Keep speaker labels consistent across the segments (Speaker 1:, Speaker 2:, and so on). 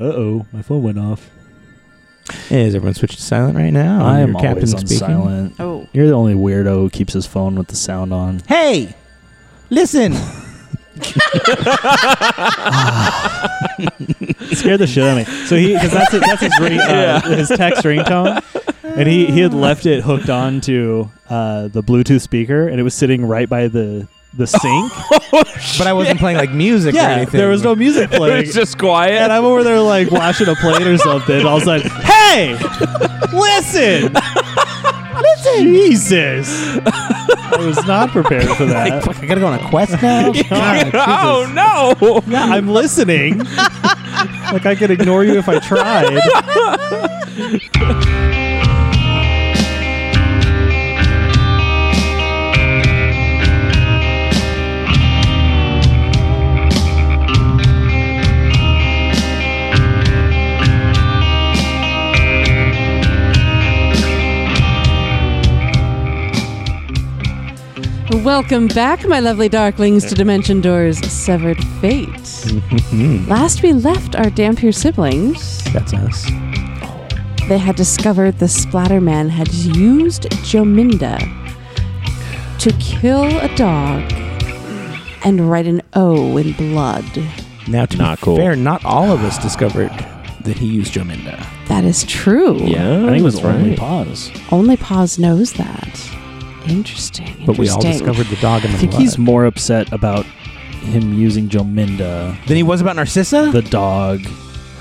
Speaker 1: Uh oh, my phone went off.
Speaker 2: Is everyone switched to silent right now?
Speaker 1: I
Speaker 2: Your
Speaker 1: am always on silent.
Speaker 3: Oh,
Speaker 1: You're the only weirdo who keeps his phone with the sound on.
Speaker 2: Hey, listen.
Speaker 1: It scared the shit out of me. So he, because that's his, that's his ring, uh, his text ringtone, and he he had left it hooked on to uh, the Bluetooth speaker, and it was sitting right by the the sink.
Speaker 2: but I wasn't playing like music or
Speaker 1: yeah,
Speaker 2: anything.
Speaker 1: there was no music playing.
Speaker 4: It's just quiet.
Speaker 1: and I'm over there like washing a plate or something. And all of a sudden, hey, listen, listen, Jesus! I was not prepared for that.
Speaker 2: Fuck, I gotta go on a quest now. God,
Speaker 4: oh
Speaker 2: Jesus.
Speaker 4: no!
Speaker 1: Yeah, I'm listening. like I could ignore you if I tried.
Speaker 3: welcome back, my lovely darklings, to Dimension Door's Severed Fate. Last we left our Dampier siblings,
Speaker 2: That's us.
Speaker 3: they had discovered the Splatterman had used Jominda to kill a dog and write an O in blood.
Speaker 2: Now, to
Speaker 4: Not
Speaker 2: be
Speaker 4: cool.
Speaker 2: fair, not all of us discovered that he used Jominda.
Speaker 3: That is true.
Speaker 4: Yeah,
Speaker 1: I think it was
Speaker 4: that's
Speaker 1: only
Speaker 4: right.
Speaker 1: pause.
Speaker 3: Only Paws knows that. Interesting.
Speaker 2: But we all
Speaker 3: interesting.
Speaker 2: discovered the dog in
Speaker 1: I
Speaker 2: the
Speaker 1: think
Speaker 2: blood.
Speaker 1: he's more upset about him using Jominda,
Speaker 2: Then he was about Narcissa.
Speaker 1: the dog.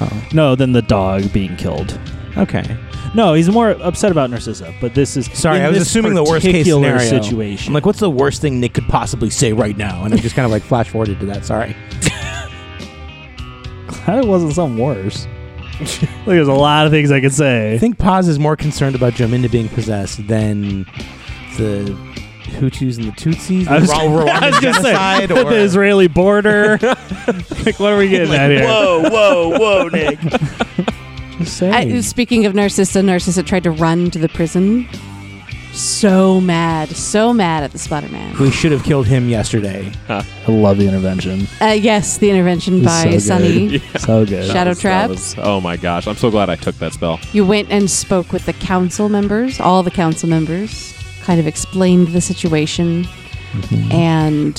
Speaker 2: oh,
Speaker 1: No, than the dog being killed.
Speaker 2: okay.
Speaker 1: No, he's more upset about Narcissa. But this is
Speaker 2: Sorry,
Speaker 1: in
Speaker 2: I was
Speaker 1: this
Speaker 2: assuming the worst case
Speaker 1: particular
Speaker 2: scenario.
Speaker 1: situation.
Speaker 2: I'm like, what's the worst thing Nick could possibly say right now? And I just kind of like flash forwarded to that. Sorry.
Speaker 1: Glad it wasn't something worse. like, there's a lot of things I could
Speaker 2: I
Speaker 1: say.
Speaker 2: think Paz is more concerned about Jominda being possessed than the Hutus and the Tutsis.
Speaker 1: I was,
Speaker 2: Ra- Rwandan
Speaker 1: I was just saying,
Speaker 2: genocide
Speaker 1: the
Speaker 2: or-
Speaker 1: Israeli border. like, what are we getting at here?
Speaker 4: Whoa, whoa, whoa, Nick!
Speaker 1: Just saying.
Speaker 3: I, speaking of Narcissa, Narcissa tried to run to the prison. So mad, so mad at the Splatterman.
Speaker 2: we should have killed him yesterday.
Speaker 1: I love the intervention.
Speaker 3: Uh, yes, the intervention
Speaker 1: It's so
Speaker 3: by
Speaker 1: good.
Speaker 3: Sunny.
Speaker 1: So good.
Speaker 3: Shadow
Speaker 4: That
Speaker 3: Trap?
Speaker 4: was- oh my gosh! I'm so glad I took that spell.
Speaker 3: You went and spoke with the council members, all the council members, kind of explained the situation, and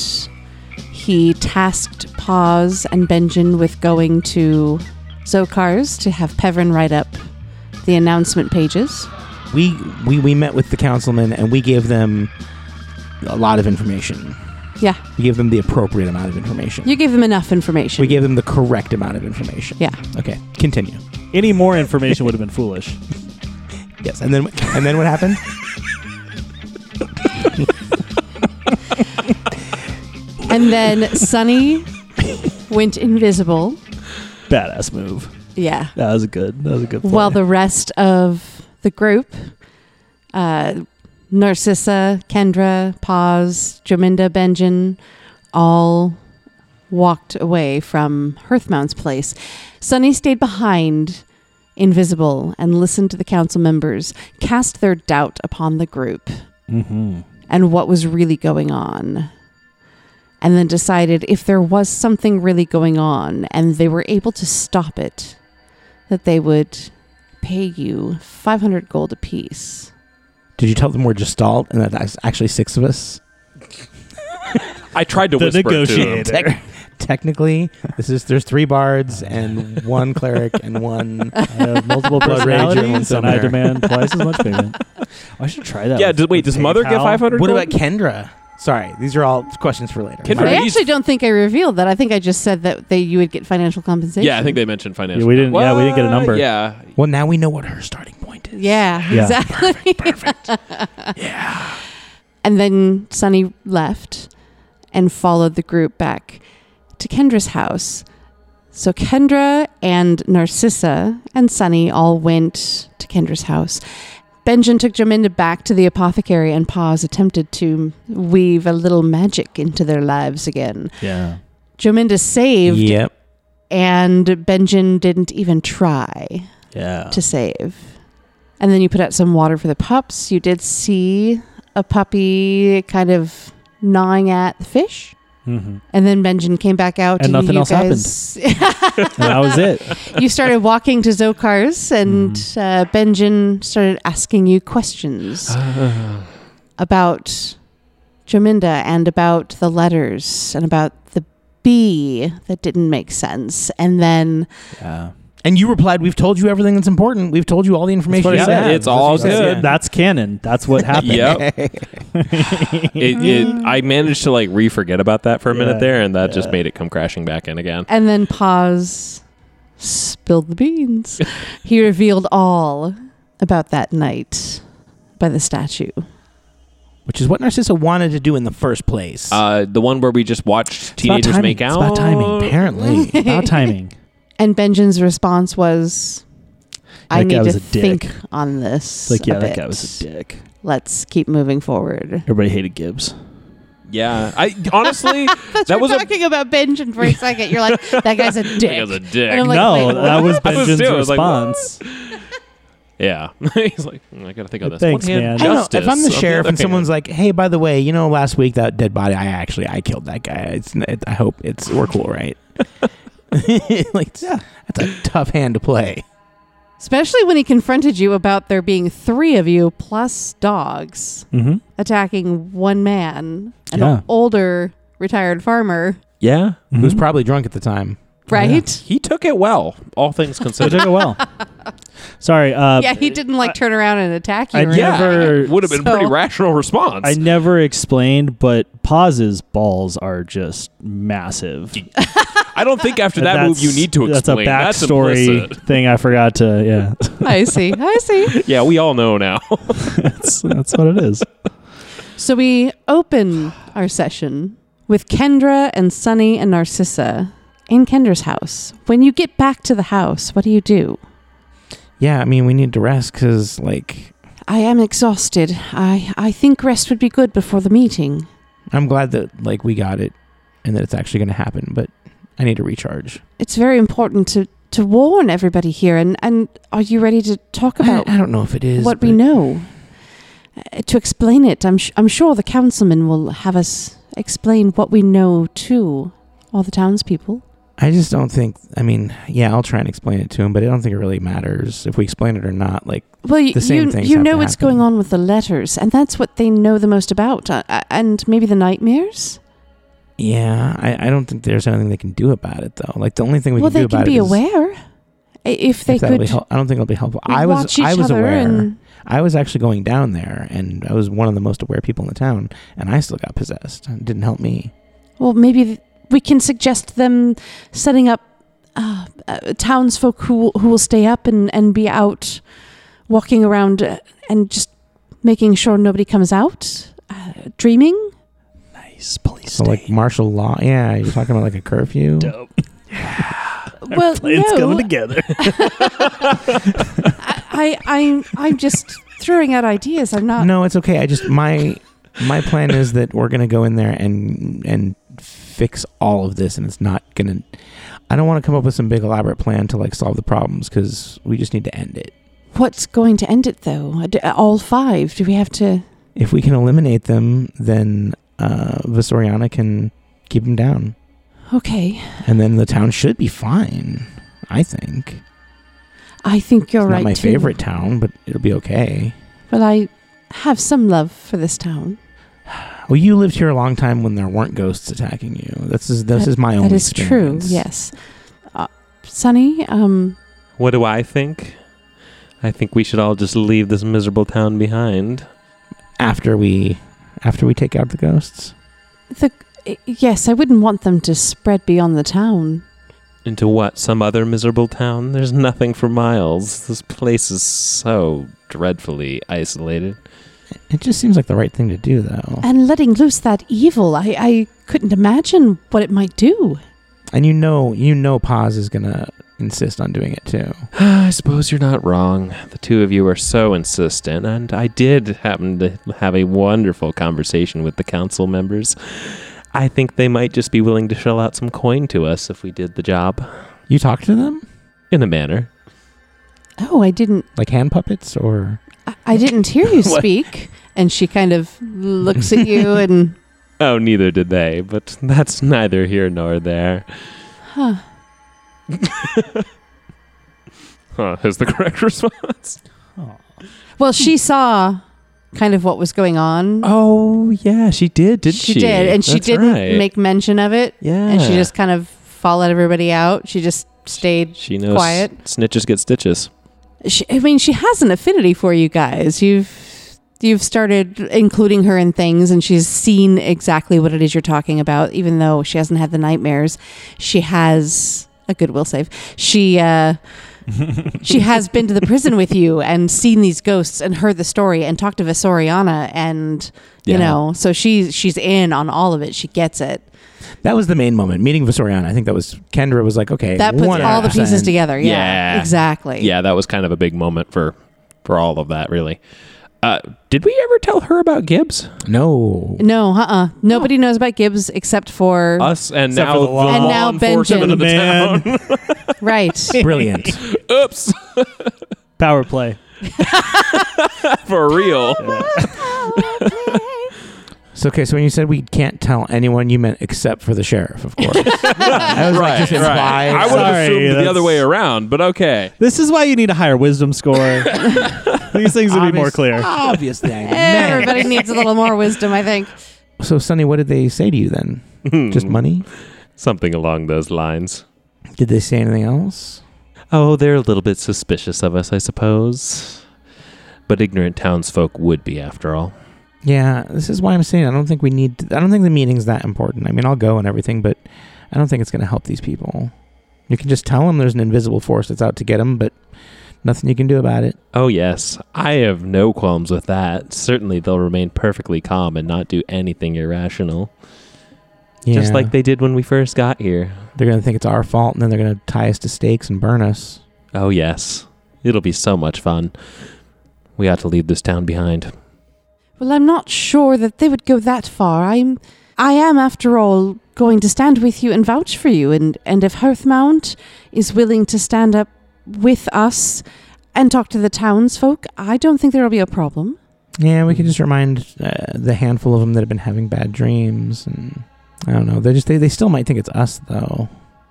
Speaker 3: he tasked Paws and Benjin with going to Zokar's to have Pevrin write up the announcement pages.
Speaker 2: We we we met with the councilmen and we gave them a lot of information.
Speaker 3: Yeah,
Speaker 2: We gave them the appropriate amount of information.
Speaker 3: you gave them enough information.
Speaker 2: we gave them the correct amount of information.
Speaker 3: Yeah.
Speaker 2: Okay. Continue.
Speaker 1: Any more information would have been foolish.
Speaker 2: Yes. And then and then what happened?
Speaker 3: And then Sunny went invisible.
Speaker 1: Badass move.
Speaker 3: Yeah.
Speaker 1: That was good. That was a good. Play.
Speaker 3: While the rest of the group, uh, Narcissa, Kendra, Paz, Jaminda, Benjin, all walked away from Hearthmount's place. Sunny stayed behind, invisible, and listened to the council members cast their doubt upon the group.
Speaker 1: mm-hmm.
Speaker 3: and what was really going on. And then decided if there was something really going on and they were able to stop it, that they would pay you 500 gold apiece.
Speaker 2: Did you tell them we're gestalt and that that's actually six of us?
Speaker 4: I tried to
Speaker 1: The
Speaker 4: whisper it to him.
Speaker 1: negotiator.
Speaker 2: Tec- technically, this is there's three bards and one cleric and one.
Speaker 1: I have multiple
Speaker 2: Blood Rage and
Speaker 1: personalities, and I
Speaker 2: Summoner.
Speaker 1: demand twice as much payment. I should try that.
Speaker 4: Yeah,
Speaker 1: with-
Speaker 4: d- wait.
Speaker 1: with
Speaker 4: Does mother get
Speaker 1: PayPal.
Speaker 4: 500?
Speaker 2: What
Speaker 4: gold?
Speaker 2: about Kendra? Sorry, these are all questions for later.
Speaker 4: Kendra-
Speaker 2: Am I
Speaker 3: I
Speaker 4: Right.
Speaker 3: actually don't think I revealed that. I think I just said that they, you would get financial compensation.
Speaker 4: Yeah, I think they mentioned financial.
Speaker 1: Yeah, we didn't- yeah, we didn't get a
Speaker 4: Well,
Speaker 1: number.
Speaker 4: Yeah,
Speaker 2: Well, now we know what her starting point is.
Speaker 3: Yeah,
Speaker 1: Yeah.
Speaker 3: exactly.
Speaker 2: Perfect. yeah.
Speaker 3: And then Sunny left and followed the group back to Kendra's house. So Kendra and Narcissa and Sunny all went to Kendra's house. Benjamin took Jaminda back to the apothecary, and Paws attempted to weave a little magic into their lives again.
Speaker 1: Yeah.
Speaker 3: Jaminda saved,
Speaker 2: Yep.
Speaker 3: and Benjamin didn't even try
Speaker 1: Yeah.
Speaker 3: to save. And then you put out some water for the pups. You did see a puppy kind of gnawing at the fish.
Speaker 1: hmm
Speaker 3: And then Benjen came back out,
Speaker 2: And nothing
Speaker 3: you
Speaker 2: else
Speaker 3: guys,
Speaker 1: And that was it. Mm.
Speaker 3: you started walking to Zokar's, and uh, Benjen started asking you
Speaker 1: Uh.
Speaker 3: questions about Jominda and about the letters and about the B that didn't make sense. And then
Speaker 2: Yeah. And you replied, "We've told you everything that's important. We've told you all the information."
Speaker 1: what
Speaker 2: you
Speaker 1: I said.
Speaker 2: have."
Speaker 1: It's
Speaker 2: That's
Speaker 4: all
Speaker 2: what you said.
Speaker 4: good.
Speaker 2: Yeah.
Speaker 1: That's canon. That's what happened.
Speaker 4: Yep. it, it, I managed to like re forget about that for a minute
Speaker 1: Yeah,
Speaker 4: there, and that just
Speaker 1: yeah.
Speaker 4: made it come crashing back in again.
Speaker 3: and then pause spilled the beans. he revealed all about that night by the statue.
Speaker 2: Which is what Narcissa wanted to do in the first place.
Speaker 4: Uh, the one where we just watched
Speaker 2: It's about
Speaker 4: teenagers
Speaker 2: timing.
Speaker 4: make out.
Speaker 2: It's about timing, apparently.
Speaker 1: About timing.
Speaker 3: And Benjen's response was, "I
Speaker 1: That guy
Speaker 3: need
Speaker 1: was
Speaker 3: to
Speaker 1: a dick.
Speaker 3: think on this.
Speaker 1: It's like, yeah,
Speaker 3: a
Speaker 1: that
Speaker 3: bit.
Speaker 1: guy was a dick.
Speaker 3: Let's keep moving forward."
Speaker 1: Everybody hated Gibbs.
Speaker 4: Yeah. I honestly,
Speaker 3: That's
Speaker 4: that
Speaker 3: we're
Speaker 4: was a
Speaker 3: talking about Benjen for a second. You're like, "That guy's a dick."
Speaker 4: That guy's a dick.
Speaker 3: And I'm like,
Speaker 1: no,
Speaker 3: wait,
Speaker 1: that
Speaker 3: what?
Speaker 1: was
Speaker 4: I was
Speaker 1: Benjamin's
Speaker 4: too, I was like,
Speaker 1: response.
Speaker 4: yeah. He's like, "Mm, I gotta think of this.
Speaker 1: Thanks,
Speaker 4: One hand
Speaker 1: man.
Speaker 2: I don't know.
Speaker 4: justice
Speaker 2: If I'm
Speaker 4: on
Speaker 2: the sheriff
Speaker 4: other
Speaker 2: and someone's like,
Speaker 4: hand.
Speaker 2: "Hey, by the way, you know, last week that dead body, I actually I killed that guy. It's, it, I hope it's we're cool, right?" like, yeah, that's a tough hand to play.
Speaker 3: Especially when he confronted you about there being three of you plus dogs
Speaker 1: mm-hmm.
Speaker 3: attacking one man, an
Speaker 1: Yeah.
Speaker 3: older retired farmer,
Speaker 4: yeah,
Speaker 2: Who's
Speaker 1: Mm-hmm.
Speaker 2: Who was probably drunk at the time.
Speaker 3: right?
Speaker 4: he took it well. All things
Speaker 1: So I
Speaker 4: considered.
Speaker 1: took it well. Sorry. Uh,
Speaker 3: Yeah, he didn't like turn around and attack you.
Speaker 1: I
Speaker 3: or
Speaker 1: never-
Speaker 3: anything.
Speaker 1: Never-
Speaker 4: would have been
Speaker 3: So-
Speaker 4: pretty rational response.
Speaker 1: I never explained, but Pause's balls are just massive.
Speaker 4: I don't think after that move you need to
Speaker 1: That's a
Speaker 4: explain. That's
Speaker 1: backstory
Speaker 4: implicit.
Speaker 1: thing I forgot to. Yeah,
Speaker 3: I see. I see.
Speaker 4: yeah, we all know now.
Speaker 1: that's, that's what it is.
Speaker 3: So we open our session with Kendra and Sunny and Narcissa in Kendra's house. When you get back to the house, what do you do?
Speaker 2: Yeah, I mean, we need to rest because, like,
Speaker 3: I am exhausted. I, I think rest would be good before the meeting.
Speaker 2: I'm glad that like we got it and that it's actually going to happen, but I need to recharge.
Speaker 3: It's very important to, to warn everybody here. And, and are you ready to talk
Speaker 2: I,
Speaker 3: about
Speaker 2: I don't know if it is
Speaker 3: what we
Speaker 2: but-
Speaker 3: know? Uh, to explain it, I'm, sh- I'm sure the councilman will have us explain what we know to all the townspeople.
Speaker 2: I just don't think. I mean, yeah, I'll try and explain it to him, but I don't think it really matters if we explain it or not. Like,
Speaker 3: Well, you,
Speaker 2: the same
Speaker 3: you,
Speaker 2: things
Speaker 3: you
Speaker 2: have to
Speaker 3: know what's
Speaker 2: happen.
Speaker 3: going on with the letters, and that's what they know the most about. Uh, uh, and maybe the nightmares?
Speaker 2: yeah, I, I don't think there's anything they can do about it though. Like, the only thing we
Speaker 3: well,
Speaker 2: can
Speaker 3: they
Speaker 2: do
Speaker 3: can
Speaker 2: about it
Speaker 3: be
Speaker 2: is
Speaker 3: aware. I- If they
Speaker 2: if that'll
Speaker 3: could
Speaker 2: be hel- I don't think it'll be helpful. I
Speaker 3: watch
Speaker 2: was
Speaker 3: each
Speaker 2: I was
Speaker 3: other
Speaker 2: aware.
Speaker 3: and.
Speaker 2: I was actually going down there, and I was one of the most aware people in the town, and I still got possessed. It didn't help me.
Speaker 3: Well, maybe th- we can suggest them setting up uh, uh, townsfolk who, will- who will stay up and, and be out walking around uh, and just making sure nobody comes out. Uh, dreaming?
Speaker 1: Nice police
Speaker 2: So like martial law. Yeah, you're talking about like a curfew.
Speaker 1: dope.
Speaker 3: Well,
Speaker 1: Plans
Speaker 3: no.
Speaker 1: coming together.
Speaker 3: I, I, I'm, I'm just throwing out ideas. I'm not.
Speaker 2: no, it's okay. I just my my plan is that we're gonna go in there and and fix all of this, and it's not gonna. I don't want to come up with some big elaborate plan to like solve the problems because we just need to end it.
Speaker 3: What's going to end it though? Uh, d- uh, All five? Do we have to?
Speaker 2: If we can eliminate them, then uh, Visoriana can keep them down,
Speaker 3: Okay,
Speaker 2: and then the town should be fine. I think it's
Speaker 3: I think you're
Speaker 2: not
Speaker 3: right.
Speaker 2: my
Speaker 3: too.
Speaker 2: favorite town, but it'll be okay.
Speaker 3: Well, I have some love for this town.
Speaker 2: Well, you lived here a long time when there weren't ghosts attacking you. This is this is my own.
Speaker 3: that is
Speaker 2: experience.
Speaker 3: true. Yes, uh, Sunny. Um,
Speaker 4: What do I think? I think we should all just leave this miserable town behind.
Speaker 2: After we after we take out the ghosts.
Speaker 3: the i- yes, I wouldn't want them to spread beyond the town.
Speaker 4: Into what? Some other miserable town? There's nothing for miles. This place is so dreadfully isolated.
Speaker 2: It just seems like the right thing to do,
Speaker 4: Oh.
Speaker 2: though.
Speaker 3: And letting loose that evil, I, I couldn't imagine what it might do.
Speaker 2: And you know, you know, Paz is gonna insist on doing it too.
Speaker 4: I suppose you're not wrong. The two of you are so insistent, and I did happen to have a wonderful conversation with the council members. I think they might just be willing to shell out some coin to us if we did the job.
Speaker 2: You talk to them
Speaker 4: In a manner.
Speaker 3: Oh, I didn't.
Speaker 2: like hand puppets, or
Speaker 3: I, I didn't hear you
Speaker 4: What?
Speaker 3: speak. And she kind of looks at you and
Speaker 4: Oh, neither did they, but that's neither here nor there.
Speaker 3: Huh.
Speaker 4: Huh, is the correct response.
Speaker 3: Well, she saw kind of what was going on.
Speaker 4: Oh, yeah, she did, did she?
Speaker 3: did, and she
Speaker 4: That's
Speaker 3: didn't
Speaker 4: right.
Speaker 3: make mention of it,
Speaker 4: Yeah.
Speaker 3: and she just kind of followed everybody out. She just stayed.
Speaker 4: She knows
Speaker 3: quiet.
Speaker 4: snitches get stitches.
Speaker 3: She, I mean, she has an affinity for you guys. You've you've started including her in things, and she's seen exactly what it is you're talking about. Even though she hasn't had the nightmares, she has a good will save. She. Uh, she has been to the prison with you and seen these ghosts and heard the story and talked to Visoriana and you
Speaker 4: Yeah.
Speaker 3: know so she's she's in on all of it she gets it
Speaker 2: That was the main moment. Meeting Visoriana. I think that was Kendra was like, okay,
Speaker 3: that puts all the
Speaker 2: 100%.
Speaker 3: pieces together yeah,
Speaker 4: Yeah.
Speaker 3: exactly
Speaker 4: Yeah, that was kind of a big moment for for all of that, really. Uh, did we ever tell her about Gibbs?
Speaker 2: No.
Speaker 3: no uh-uh nobody knows about gibbs except for
Speaker 4: Us and
Speaker 1: Except
Speaker 4: now
Speaker 1: for the law.
Speaker 4: the
Speaker 1: And
Speaker 4: law
Speaker 3: now
Speaker 4: enforcement of the
Speaker 1: Benjen.
Speaker 4: town.
Speaker 3: right
Speaker 2: Brilliant.
Speaker 4: Oops,
Speaker 1: Power play.
Speaker 4: for real.
Speaker 2: So okay, so when you said we can't tell anyone, you meant except for the sheriff, of course. I was like, just implied.
Speaker 4: I would have
Speaker 1: Sorry,
Speaker 4: assumed the
Speaker 1: that's-
Speaker 4: other way around, but okay.
Speaker 1: This is why you need a higher wisdom score. These things would be more
Speaker 2: Obvious-
Speaker 1: clear.
Speaker 2: Obvious thing. Man.
Speaker 3: everybody needs a little more wisdom i think
Speaker 2: So Sonny, what did they say to you then?
Speaker 1: Mm.
Speaker 2: Just money?
Speaker 4: Hmm. Something along those lines.
Speaker 2: Did they say anything else?
Speaker 4: Oh, they're a little bit suspicious of us, I suppose. But ignorant townsfolk would be, after all.
Speaker 2: Yeah, this is why I'm saying I don't think we need. I don't think the meeting's that important. I mean, I'll go and everything, but I don't think it's going to help these people. You can just tell them there's an invisible force that's out to get them, but nothing you can do about it.
Speaker 4: Oh, yes. I have no qualms with that. Certainly, they'll remain perfectly calm and not do anything irrational. Just
Speaker 2: Yeah.
Speaker 4: like they did when we first got here.
Speaker 2: they're going to think it's our fault, and then they're going to tie us to stakes and burn us.
Speaker 4: Oh, yes. It'll be so much fun. We ought to leave this town behind.
Speaker 3: well i'm not sure that they would go that far i'm i am after all going to stand with you and vouch for you and and if hearthmount is willing to stand up with us and talk to the townsfolk i don't think there will be a problem
Speaker 2: Yeah, we could just remind uh, the handful of them that have been having bad dreams, and I don't know. They just they, they still might think it's us though.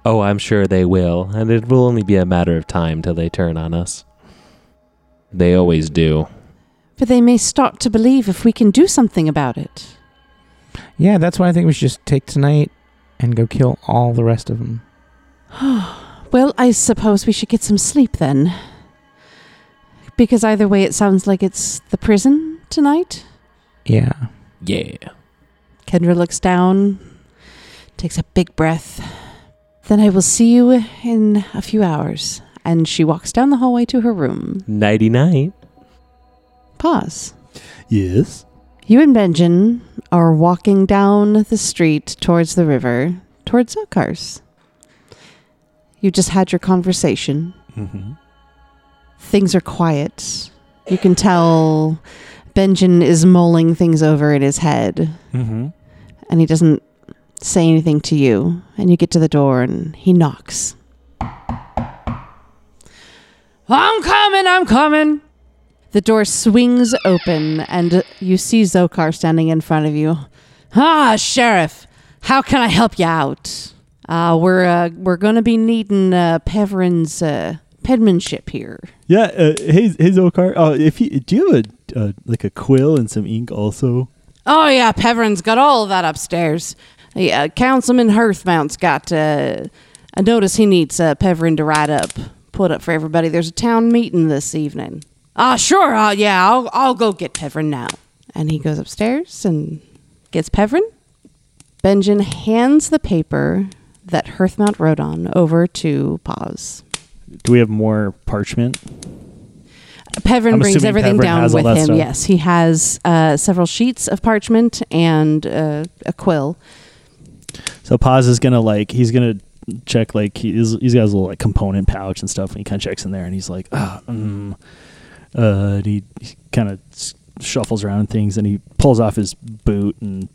Speaker 4: Oh, I'm sure they will, and it will only be a matter of time till they turn on us. They always do.
Speaker 3: But they may start to believe if we can do something about it.
Speaker 2: Yeah, that's why I think we should just take tonight and go kill all the rest of them.
Speaker 3: Well, I suppose we should get some sleep then. Because either way, it sounds like it's the prison tonight.
Speaker 2: Yeah.
Speaker 4: Yeah.
Speaker 3: Kendra looks down, takes a big breath. Then I will see you in a few hours. And she walks down the hallway to her room.
Speaker 4: Nighty night.
Speaker 3: Pause.
Speaker 1: Yes.
Speaker 3: You and Benjen are walking down the street towards the river, towards Zakars. You just had your conversation.
Speaker 1: Mm-hmm.
Speaker 3: Things are quiet. You can tell Benjen is mulling things over in his head,
Speaker 1: Mm-hmm.
Speaker 3: and he doesn't say anything to you. And you get to the door, and he knocks. I'm coming, I'm coming. The door swings open, and you see Zokar standing in front of you. Ah, Sheriff, how can I help you out? Uh, we're uh, we're gonna be needing uh, Peverin's uh, penmanship here.
Speaker 1: Yeah. Uh, hey, hey, Zokar. Uh, if you do you have a uh, like a quill and some ink also?
Speaker 3: Oh yeah, Peverin's got all of that upstairs. Yeah, Councilman Hearthmount's got uh, a notice he needs uh, Peverin to write up, put up for everybody. There's a town meeting this evening. Ah, sure. Uh, yeah, I'll I'll go get Peverin now. And he goes upstairs and gets Peverin. Benjen hands the paper that Hearthmount wrote on over to Paws.
Speaker 1: Do we have more parchment?
Speaker 3: Peverin
Speaker 1: I'm
Speaker 3: brings
Speaker 1: assuming
Speaker 3: everything
Speaker 1: Peverin
Speaker 3: down
Speaker 1: has uh, all
Speaker 3: with
Speaker 1: that
Speaker 3: him.
Speaker 1: stuff.
Speaker 3: Yes, he has uh, several sheets of parchment and uh, a quill.
Speaker 1: So Paz is gonna like he's gonna check like he is, he's got his little like component pouch and stuff, and he kind of checks in there, and he's like, ah, mm. uh, and he, kind of shuffles around and things, and he pulls off his boot and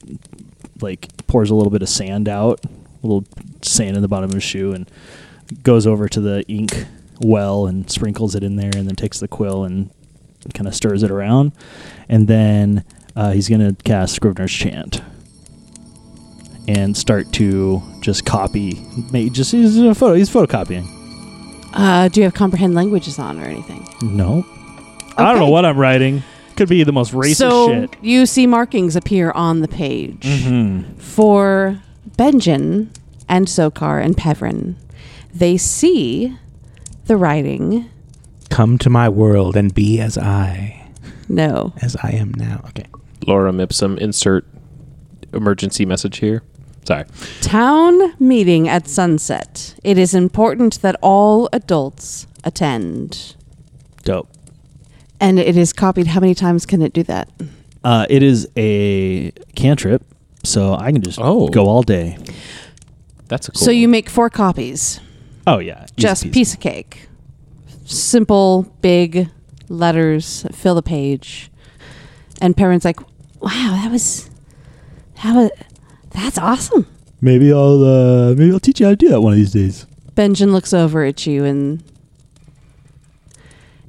Speaker 1: like pours a little bit of sand out, a little sand in the bottom of his shoe, and goes over to the ink well and sprinkles it in there, and then takes the quill and kind of stirs it around, and then uh, he's gonna cast Scrivener's Chant. and start to just copy. Make, just he's a photo. He's photocopying.
Speaker 3: Uh, do you have comprehend languages on or anything?
Speaker 1: No, I don't know
Speaker 3: Okay.
Speaker 1: what I'm writing. Could be the most racist
Speaker 3: so
Speaker 1: shit.
Speaker 3: you see markings appear on the page
Speaker 1: Mm-hmm.
Speaker 3: for Benjin and Sokar and Pevrin. They see the writing.
Speaker 2: Come to my world and be as I,
Speaker 3: No,
Speaker 2: as I am now. Okay.
Speaker 4: Laura Mipsum, insert emergency message here. Sorry.
Speaker 3: Town meeting at sunset. It is important that all adults attend.
Speaker 1: Dope.
Speaker 3: And it is copied. How many times can it do that?
Speaker 1: Uh, it is a cantrip, so I can just
Speaker 4: Oh.
Speaker 1: go all day.
Speaker 4: That's a cool
Speaker 3: So you make four copies.
Speaker 1: Oh yeah, easy
Speaker 3: Just
Speaker 1: peasy.
Speaker 3: piece of cake. Simple, big letters fill the page. And parents like, "Wow, that was that was that's awesome."
Speaker 1: Maybe I'll uh, maybe I'll teach you how to do that one of these days.
Speaker 3: Benjamin looks over at you and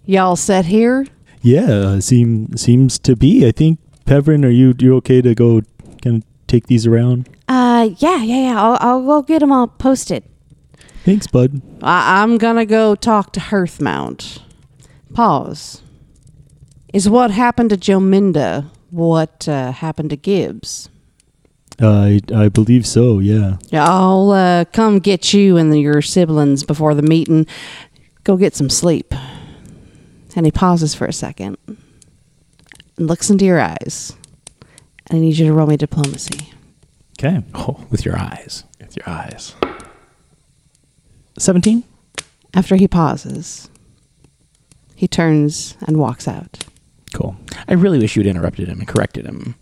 Speaker 3: y'all set here.
Speaker 1: Yeah, uh, seem seems to be. I think Pevrin, are you you okay to go kind of take these around?
Speaker 3: Uh, yeah, yeah, yeah. I'll, I'll go get them all posted.
Speaker 1: Thanks, bud.
Speaker 3: I- I'm gonna go talk to Hearthmount. Pause. Is what happened to Jominda what uh, happened to Gibbs?
Speaker 1: Uh, I I believe so. Yeah.
Speaker 3: I'll uh, come get you and your siblings before the meeting. Go get some sleep. And he pauses for a second and looks into your eyes. I need you to roll me diplomacy.
Speaker 1: Okay.
Speaker 2: Oh, with your eyes.
Speaker 4: with your eyes.
Speaker 1: Seventeen.
Speaker 3: After he pauses, he turns and walks out.
Speaker 1: Cool.
Speaker 2: I really wish you'd interrupted him and corrected him.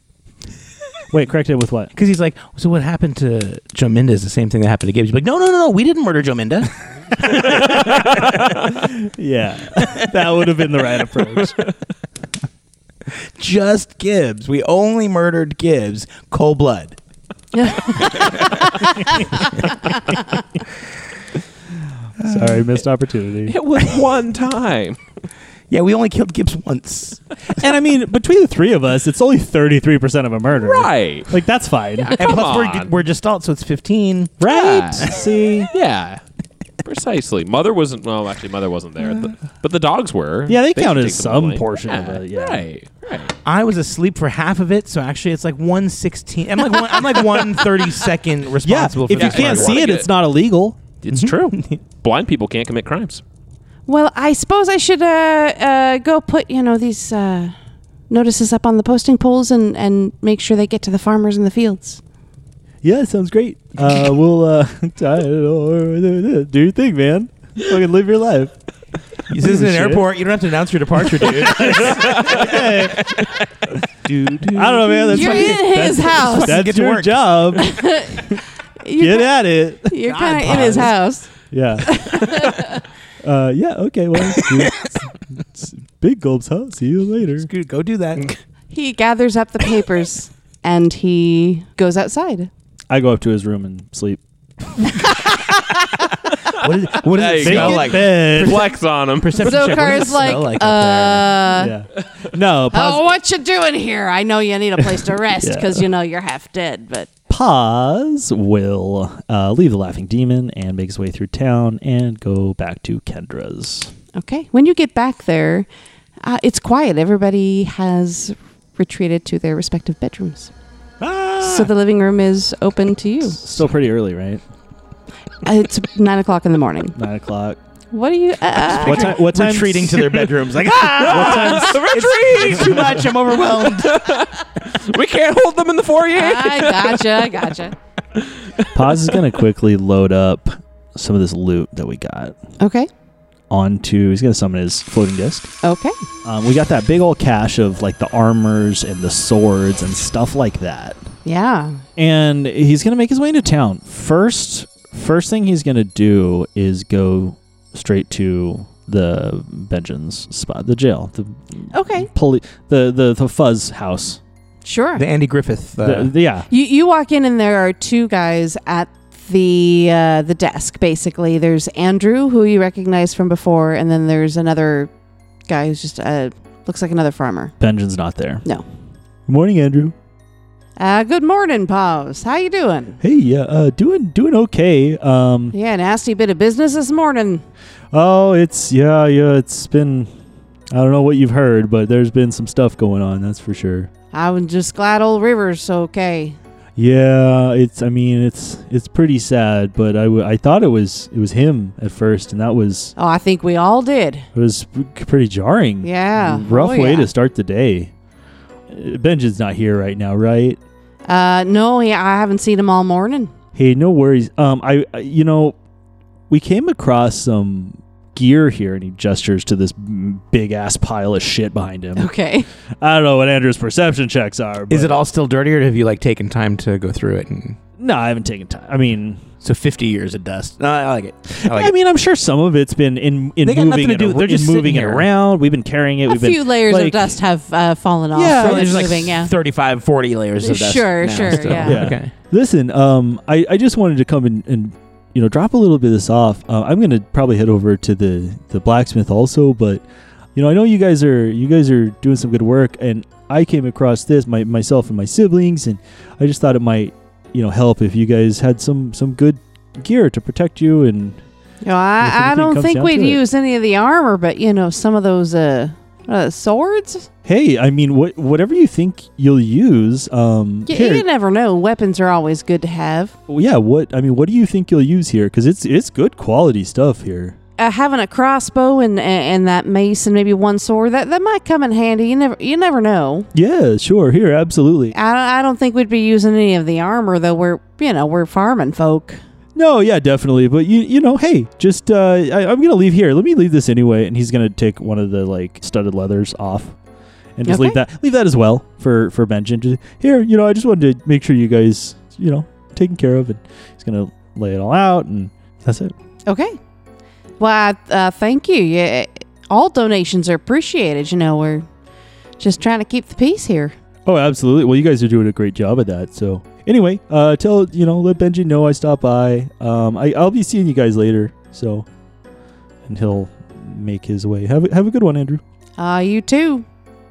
Speaker 1: Wait, correct it with what?
Speaker 2: Because he's like, so what happened to Jominda is the same thing that happened to Gibbs. You're like, no, no, no, no, we didn't murder Jominda.
Speaker 1: Yeah, that would have been the right approach.
Speaker 2: Just Gibbs. We only murdered Gibbs. Cold blood.
Speaker 1: Sorry, missed opportunity.
Speaker 4: It was one time.
Speaker 2: Yeah, we only killed Gibbs once.
Speaker 1: And I mean, between the three of us, it's only thirty three percent of a murder.
Speaker 4: right.
Speaker 1: Like that's fine.
Speaker 2: and
Speaker 4: Come
Speaker 2: plus, we're,
Speaker 4: on.
Speaker 2: we're gestalt, so it's 15.
Speaker 1: Right.
Speaker 4: Yeah.
Speaker 1: See.
Speaker 4: Yeah. Precisely. Mother wasn't. Well, actually, mother wasn't there, th- but the dogs were.
Speaker 1: Yeah, they
Speaker 4: should
Speaker 1: counted
Speaker 4: take
Speaker 1: as
Speaker 4: the
Speaker 1: some
Speaker 4: blame.
Speaker 1: portion of it, yeah.
Speaker 4: Right. Right.
Speaker 2: I was asleep for half of it, so actually it's like 116. I'm like one, I'm like 130 second
Speaker 1: Yeah.
Speaker 2: responsible
Speaker 1: If you
Speaker 2: for this
Speaker 1: can't
Speaker 4: murder.
Speaker 1: see it,
Speaker 4: Wanna
Speaker 1: it's
Speaker 4: get-
Speaker 1: not illegal.
Speaker 4: It's true. Blind people can't commit crimes.
Speaker 3: Well, I suppose I should uh, uh, go put you know these uh, notices up on the posting poles and and make sure they get to the farmers in the fields.
Speaker 1: Yeah, sounds great. Uh, we'll uh, I don't know, do your thing, man. Fucking live your life.
Speaker 2: This isn't an
Speaker 1: Shit.
Speaker 2: airport. You don't have to announce your departure, dude. dude, dude.
Speaker 1: I don't know, man. That's
Speaker 3: You're
Speaker 1: fucking-
Speaker 3: in his house.
Speaker 1: That's
Speaker 2: Get to
Speaker 1: your
Speaker 2: work.
Speaker 1: job. Get at it.
Speaker 3: You're
Speaker 2: God,
Speaker 3: kind of in his
Speaker 2: Boz.
Speaker 3: house.
Speaker 1: Yeah. uh, yeah. Okay. Well, it's- it's Big Gulp's house. See you later.
Speaker 2: Dude, go do that.
Speaker 3: He gathers up the papers and he goes outside.
Speaker 1: I go up to his room and sleep.
Speaker 2: What, is, what
Speaker 4: There
Speaker 2: does
Speaker 4: you
Speaker 2: it
Speaker 4: go.
Speaker 2: smell
Speaker 4: Make it
Speaker 2: like?
Speaker 1: bed.
Speaker 4: Flex on them.
Speaker 2: Perception
Speaker 3: So
Speaker 2: check. What does
Speaker 3: Car's
Speaker 2: it smell
Speaker 3: like,
Speaker 2: like, up there?
Speaker 3: uh,
Speaker 1: Yeah. No. Pause.
Speaker 3: oh, what you doing here? I know you need a place to rest
Speaker 1: Yeah.
Speaker 3: because you know you're half dead, but
Speaker 1: pause will uh, leave the laughing demon and make his way through town and go back to Kendra's.
Speaker 3: Okay. When you get back there, uh, it's quiet. Everybody has retreated to their respective bedrooms. So the living room is open to you.
Speaker 1: Still pretty early, right?
Speaker 3: Uh, it's nine o'clock in the morning.
Speaker 1: Nine o'clock.
Speaker 3: What are you? Uh,
Speaker 1: What time? What time?
Speaker 2: Retreating to their bedrooms. Like, ah,
Speaker 1: What time's
Speaker 2: it's too much. I'm overwhelmed.
Speaker 4: we can't hold them in the foyer.
Speaker 1: Uh.
Speaker 3: I Ah, gotcha. I gotcha.
Speaker 1: Paz is gonna quickly load up some of this loot that we got
Speaker 3: Okay.
Speaker 1: onto. He's gonna summon his floating disc.
Speaker 3: Okay.
Speaker 1: Um, we got that big old cache of like the armors and the swords and stuff like that.
Speaker 3: Yeah.
Speaker 1: And he's gonna make his way into town. First, first thing he's gonna do is go straight to the Benjin's spot, the jail, the
Speaker 3: Okay.
Speaker 1: poli- the, the the Fuzz house.
Speaker 3: Sure.
Speaker 2: The Andy Griffith.
Speaker 1: The-
Speaker 2: Uh,
Speaker 1: the- yeah,
Speaker 3: You you walk in and there are two guys at the uh, the desk. Basically, there's Andrew who you recognize from before, and then there's another guy who's just uh, looks like another farmer.
Speaker 1: Benjin's not there.
Speaker 3: No.
Speaker 1: Good morning, Andrew.
Speaker 3: Uh, good morning, Paws. How you doing?
Speaker 1: Hey, yeah, uh, doing doing okay. Um,
Speaker 3: Yeah, nasty bit of business this morning.
Speaker 1: oh, it's yeah, yeah, it's been. I don't know what you've heard, but there's been some stuff going on. That's for sure.
Speaker 3: I'm just glad old River's okay.
Speaker 1: Yeah, it's. I mean, it's it's pretty sad, but I, w- I thought it was it was him at first, and that was
Speaker 3: Oh, I think we all did.
Speaker 1: it was p- pretty jarring.
Speaker 3: Yeah.
Speaker 1: rough
Speaker 3: Oh,
Speaker 1: way
Speaker 3: yeah.
Speaker 1: to start the day. Uh, Benjamin's not here right now, right?
Speaker 3: Uh, no, yeah, I haven't seen him all morning.
Speaker 1: Hey, no worries. Um, I, I you know, we came across some gear here, and he gestures to this big ass pile of shit behind him.
Speaker 3: Okay.
Speaker 1: I don't know what Andrew's perception checks are. But
Speaker 2: Is it all still dirty, or have you like taken time to go through it? And
Speaker 1: No, I haven't taken time. I mean,
Speaker 2: so fifty years of dust. No, I like it. I like
Speaker 1: I
Speaker 2: it.
Speaker 1: mean, I'm sure some of it's been in in
Speaker 2: They got
Speaker 1: moving
Speaker 2: nothing to
Speaker 1: it
Speaker 2: do-
Speaker 1: ar-
Speaker 2: they're
Speaker 1: in
Speaker 2: just
Speaker 1: moving
Speaker 2: sitting
Speaker 1: it
Speaker 2: here.
Speaker 1: around. We've been carrying it.
Speaker 3: a
Speaker 1: We've been
Speaker 3: few layers
Speaker 1: like-
Speaker 3: of dust have uh, fallen off.
Speaker 1: Yeah,
Speaker 3: Yeah,
Speaker 2: So
Speaker 3: it's
Speaker 2: there's like
Speaker 3: moving. Yeah.
Speaker 2: 35, 40 layers of dust.
Speaker 3: Sure,
Speaker 2: now
Speaker 3: sure,
Speaker 2: still.
Speaker 3: yeah.
Speaker 1: Yeah.
Speaker 2: Okay.
Speaker 1: Listen, um, I, I just wanted to come and, and you know drop a little bit of this off. Uh, I'm gonna probably head over to the the blacksmith also, but you know I know you guys are you guys are doing some good work, and I came across this my, myself and my siblings, and I just thought it might you know help if you guys had some some good gear to protect you and
Speaker 3: You know,
Speaker 1: If anything
Speaker 3: I, I don't
Speaker 1: comes
Speaker 3: think
Speaker 1: down
Speaker 3: we'd
Speaker 1: to it.
Speaker 3: use any of the armor, but you know, some of those uh, uh swords.
Speaker 1: hey i mean what whatever you think you'll use um
Speaker 3: You,
Speaker 1: here-
Speaker 3: you never know. Weapons are always good to have.
Speaker 1: Well, yeah what i mean what do you think you'll use here because it's it's good quality stuff here
Speaker 3: Uh, having a crossbow and and that mace and maybe one sword that, that might come in handy. You never you never know.
Speaker 1: yeah sure here absolutely
Speaker 3: I don't, I don't think we'd be using any of the armor though. We're you know we're farming folk.
Speaker 1: no yeah definitely but you you know hey just uh I, i'm gonna leave here let me leave this anyway and he's gonna take one of the like studded leathers off and just leave
Speaker 3: Okay.
Speaker 1: that leave that as well for for benjamin Just, here you know i just wanted to make sure you guys you know taken care of and he's gonna lay it all out and that's it
Speaker 3: Okay. Well, I, uh, thank you. Yeah, all donations are appreciated. You know we're just trying to keep the peace here.
Speaker 1: Oh, absolutely. Well, you guys are doing a great job at that. So, anyway, uh, tell you know, let Benji know I stopped by. Um, I, I'll be seeing you guys later. So, and he'll make his way. Have a, have a good one, Andrew.
Speaker 3: Uh, you too.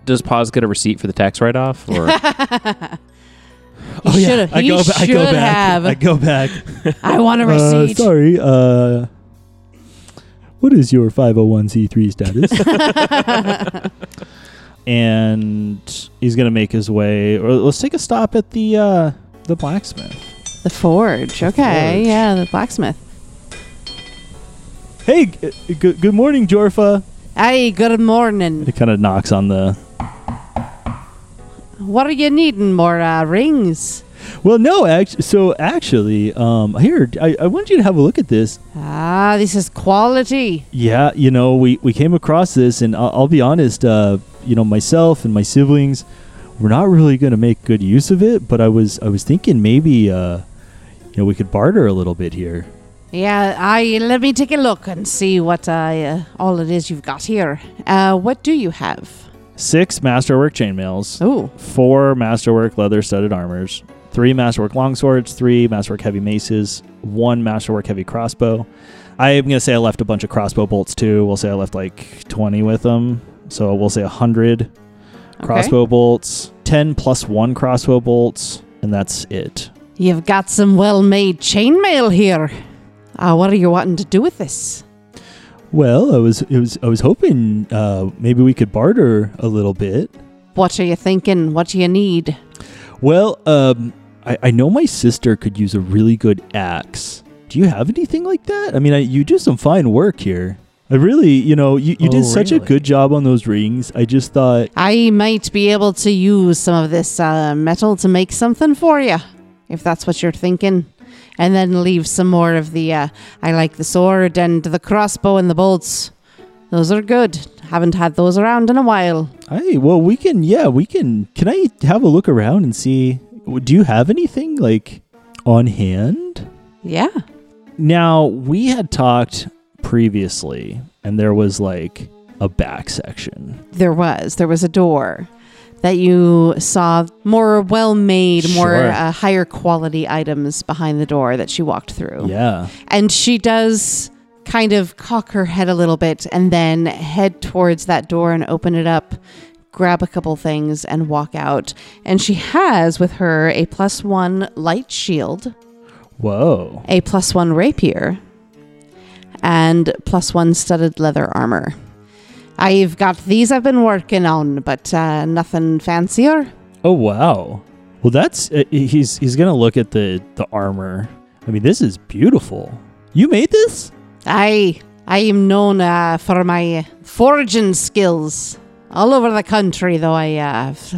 Speaker 4: Does Paws get a receipt for the tax write off? Or
Speaker 3: You should've-
Speaker 1: Oh, I
Speaker 3: you
Speaker 1: go, ba- I go
Speaker 3: should
Speaker 1: back.
Speaker 3: have.
Speaker 1: I go back.
Speaker 3: I want a
Speaker 1: Uh,
Speaker 3: receipt.
Speaker 1: sorry. Uh, what is your 501c3 status? and he's gonna make his way. Or let's take a stop at the uh, the blacksmith.
Speaker 3: the forge. Okay.
Speaker 1: forge.
Speaker 3: Yeah, the blacksmith.
Speaker 1: Hey, g- g- good morning, Jorfa.
Speaker 3: Hey, good morning.
Speaker 1: It kind of knocks on the
Speaker 3: What are you needing? More uh, rings?
Speaker 1: Well, no, act- so actually, um, here I, I wanted you to have a look at this.
Speaker 3: Ah, this is quality.
Speaker 1: Yeah, you know, we, we came across this, and I'll, I'll be honest, uh, you know, myself and my siblings, we're not really going to make good use of it. But I was I was thinking maybe, uh, you know, we could barter a little bit here.
Speaker 3: Yeah, I let me take a look and see what I uh, all it is you've got here. Uh, what do you have?
Speaker 1: Six masterwork chainmails,
Speaker 3: Oh,
Speaker 1: four masterwork leather studded armors, three masterwork longswords, three masterwork heavy maces, one masterwork heavy crossbow. I am going to say I left a bunch of crossbow bolts too. We'll say I left like 20 with them. So we'll say 100 crossbow bolts, 10 plus one crossbow bolts, and that's it.
Speaker 3: you've got some well-made chainmail here. Uh, what are you wanting to do with this?
Speaker 1: Well, I was it was I was hoping uh, maybe we could barter a little bit.
Speaker 3: What are you thinking? What do you need?
Speaker 1: Well, um, I, I know my sister could use a really good axe. Do you have anything like that? I mean, I, you do some fine work here. I really, you know, you, you
Speaker 2: Oh,
Speaker 1: did such a
Speaker 2: really?
Speaker 1: good job on those rings. I just thought,
Speaker 3: I might be able to use some of this uh, metal to make something for you, if that's what you're thinking. And then leave some more of the. Uh, I like the sword and the crossbow and the bolts. Those are good. Haven't had those around in a while.
Speaker 1: hey, well, we can, yeah, we can. Can I have a look around and see? w- Do you have anything like on hand?
Speaker 3: Yeah.
Speaker 1: Now, we had talked previously, and there was like a back section.
Speaker 3: There was. There was a door that you saw more well made, more
Speaker 1: Sure.
Speaker 3: uh, higher quality items behind the door that she walked through.
Speaker 1: Yeah.
Speaker 3: And she does kind of cock her head a little bit and then head towards that door and open it up, grab a couple things, and walk out. And she has with her a plus one light shield,
Speaker 1: Whoa.
Speaker 3: a plus one rapier, and plus one studded leather armor. I've got these I've been working on, but uh, nothing fancier.
Speaker 1: Oh wow. Well, that's uh, he's he's gonna look at the the armor. I mean, this is beautiful. You made this?
Speaker 3: I I am known uh, for my forging skills all over the country, though I uh, f-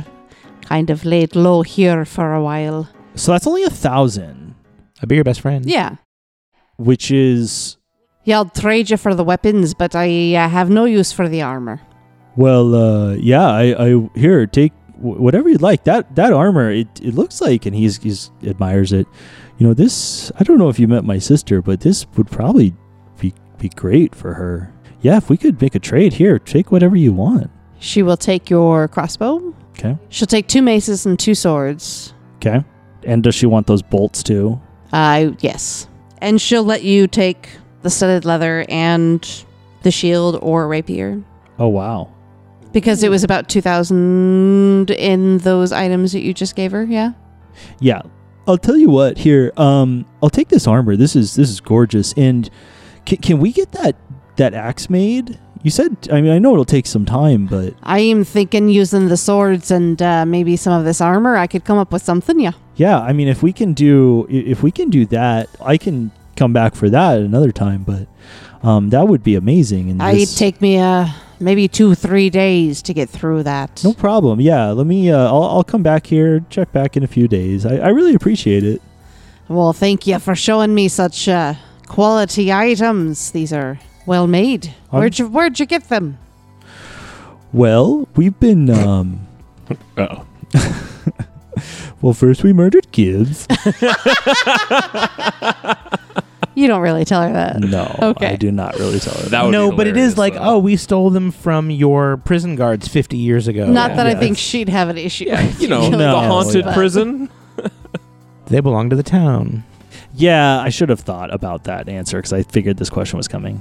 Speaker 3: kind of laid low here for a while.
Speaker 1: So that's only a thousand,
Speaker 2: I'll be your best friend.
Speaker 3: Yeah,
Speaker 1: which is
Speaker 3: yeah, I'll trade you for the weapons, but I uh, have no use for the armor.
Speaker 1: well, uh, yeah. I, I here take wh- whatever you'd like. That that armor, it, it looks like, and he's he's admires it. You know, this I don't know if you met my sister, but this would probably be be great for her. Yeah, if we could make a trade here, take whatever you want.
Speaker 3: She will take your crossbow.
Speaker 1: 'Kay.
Speaker 3: She'll take two maces and two swords.
Speaker 1: Okay. And does she want those bolts too?
Speaker 3: Uh, yes. And she'll let you take the studded leather and the shield or rapier.
Speaker 1: Oh wow.
Speaker 3: Because it was about 2,000 in those items that you just gave her, yeah?
Speaker 1: Yeah. I'll tell you what here. Um, I'll take this armor. This is this is gorgeous. And can, can we get that that axe made? You said. I mean, I know it'll take some time, but
Speaker 3: I am thinking using the swords and uh, maybe some of this armor. I could come up with something, yeah.
Speaker 1: yeah. I mean, if we can do i- if we can do that, I can come back for that another time. But um, that would be amazing. And
Speaker 3: I'd
Speaker 1: this-
Speaker 3: take me uh, maybe two, three days to get through that.
Speaker 1: no problem. Yeah. Let me. Uh, I'll, I'll come back here. Check back in a few days. I, I really appreciate it.
Speaker 3: Well, thank you for showing me such uh, quality items. These are well made.
Speaker 1: I'm-
Speaker 3: Where'd you, where'd you get them?
Speaker 1: Well, we've been. Um,
Speaker 4: Oh,
Speaker 1: well, first we murdered kids.
Speaker 3: You don't really tell her that.
Speaker 1: No,
Speaker 3: Okay.
Speaker 1: I do not really tell her.
Speaker 4: that would
Speaker 2: no,
Speaker 4: be
Speaker 2: but it
Speaker 4: hilarious,
Speaker 2: is like,
Speaker 4: though.
Speaker 2: oh, we stole them from your prison guards 50 years ago.
Speaker 3: Not
Speaker 4: yeah.
Speaker 3: that I
Speaker 1: Yeah,
Speaker 3: think
Speaker 1: that's-
Speaker 3: she'd have an issue.
Speaker 4: yeah,
Speaker 3: with
Speaker 4: you know,
Speaker 3: killing
Speaker 1: No,
Speaker 4: the
Speaker 3: us,
Speaker 4: haunted
Speaker 1: yeah.
Speaker 3: but-
Speaker 4: prison.
Speaker 2: They belong to the town.
Speaker 1: Yeah, I should have thought about that answer because I figured this question was coming.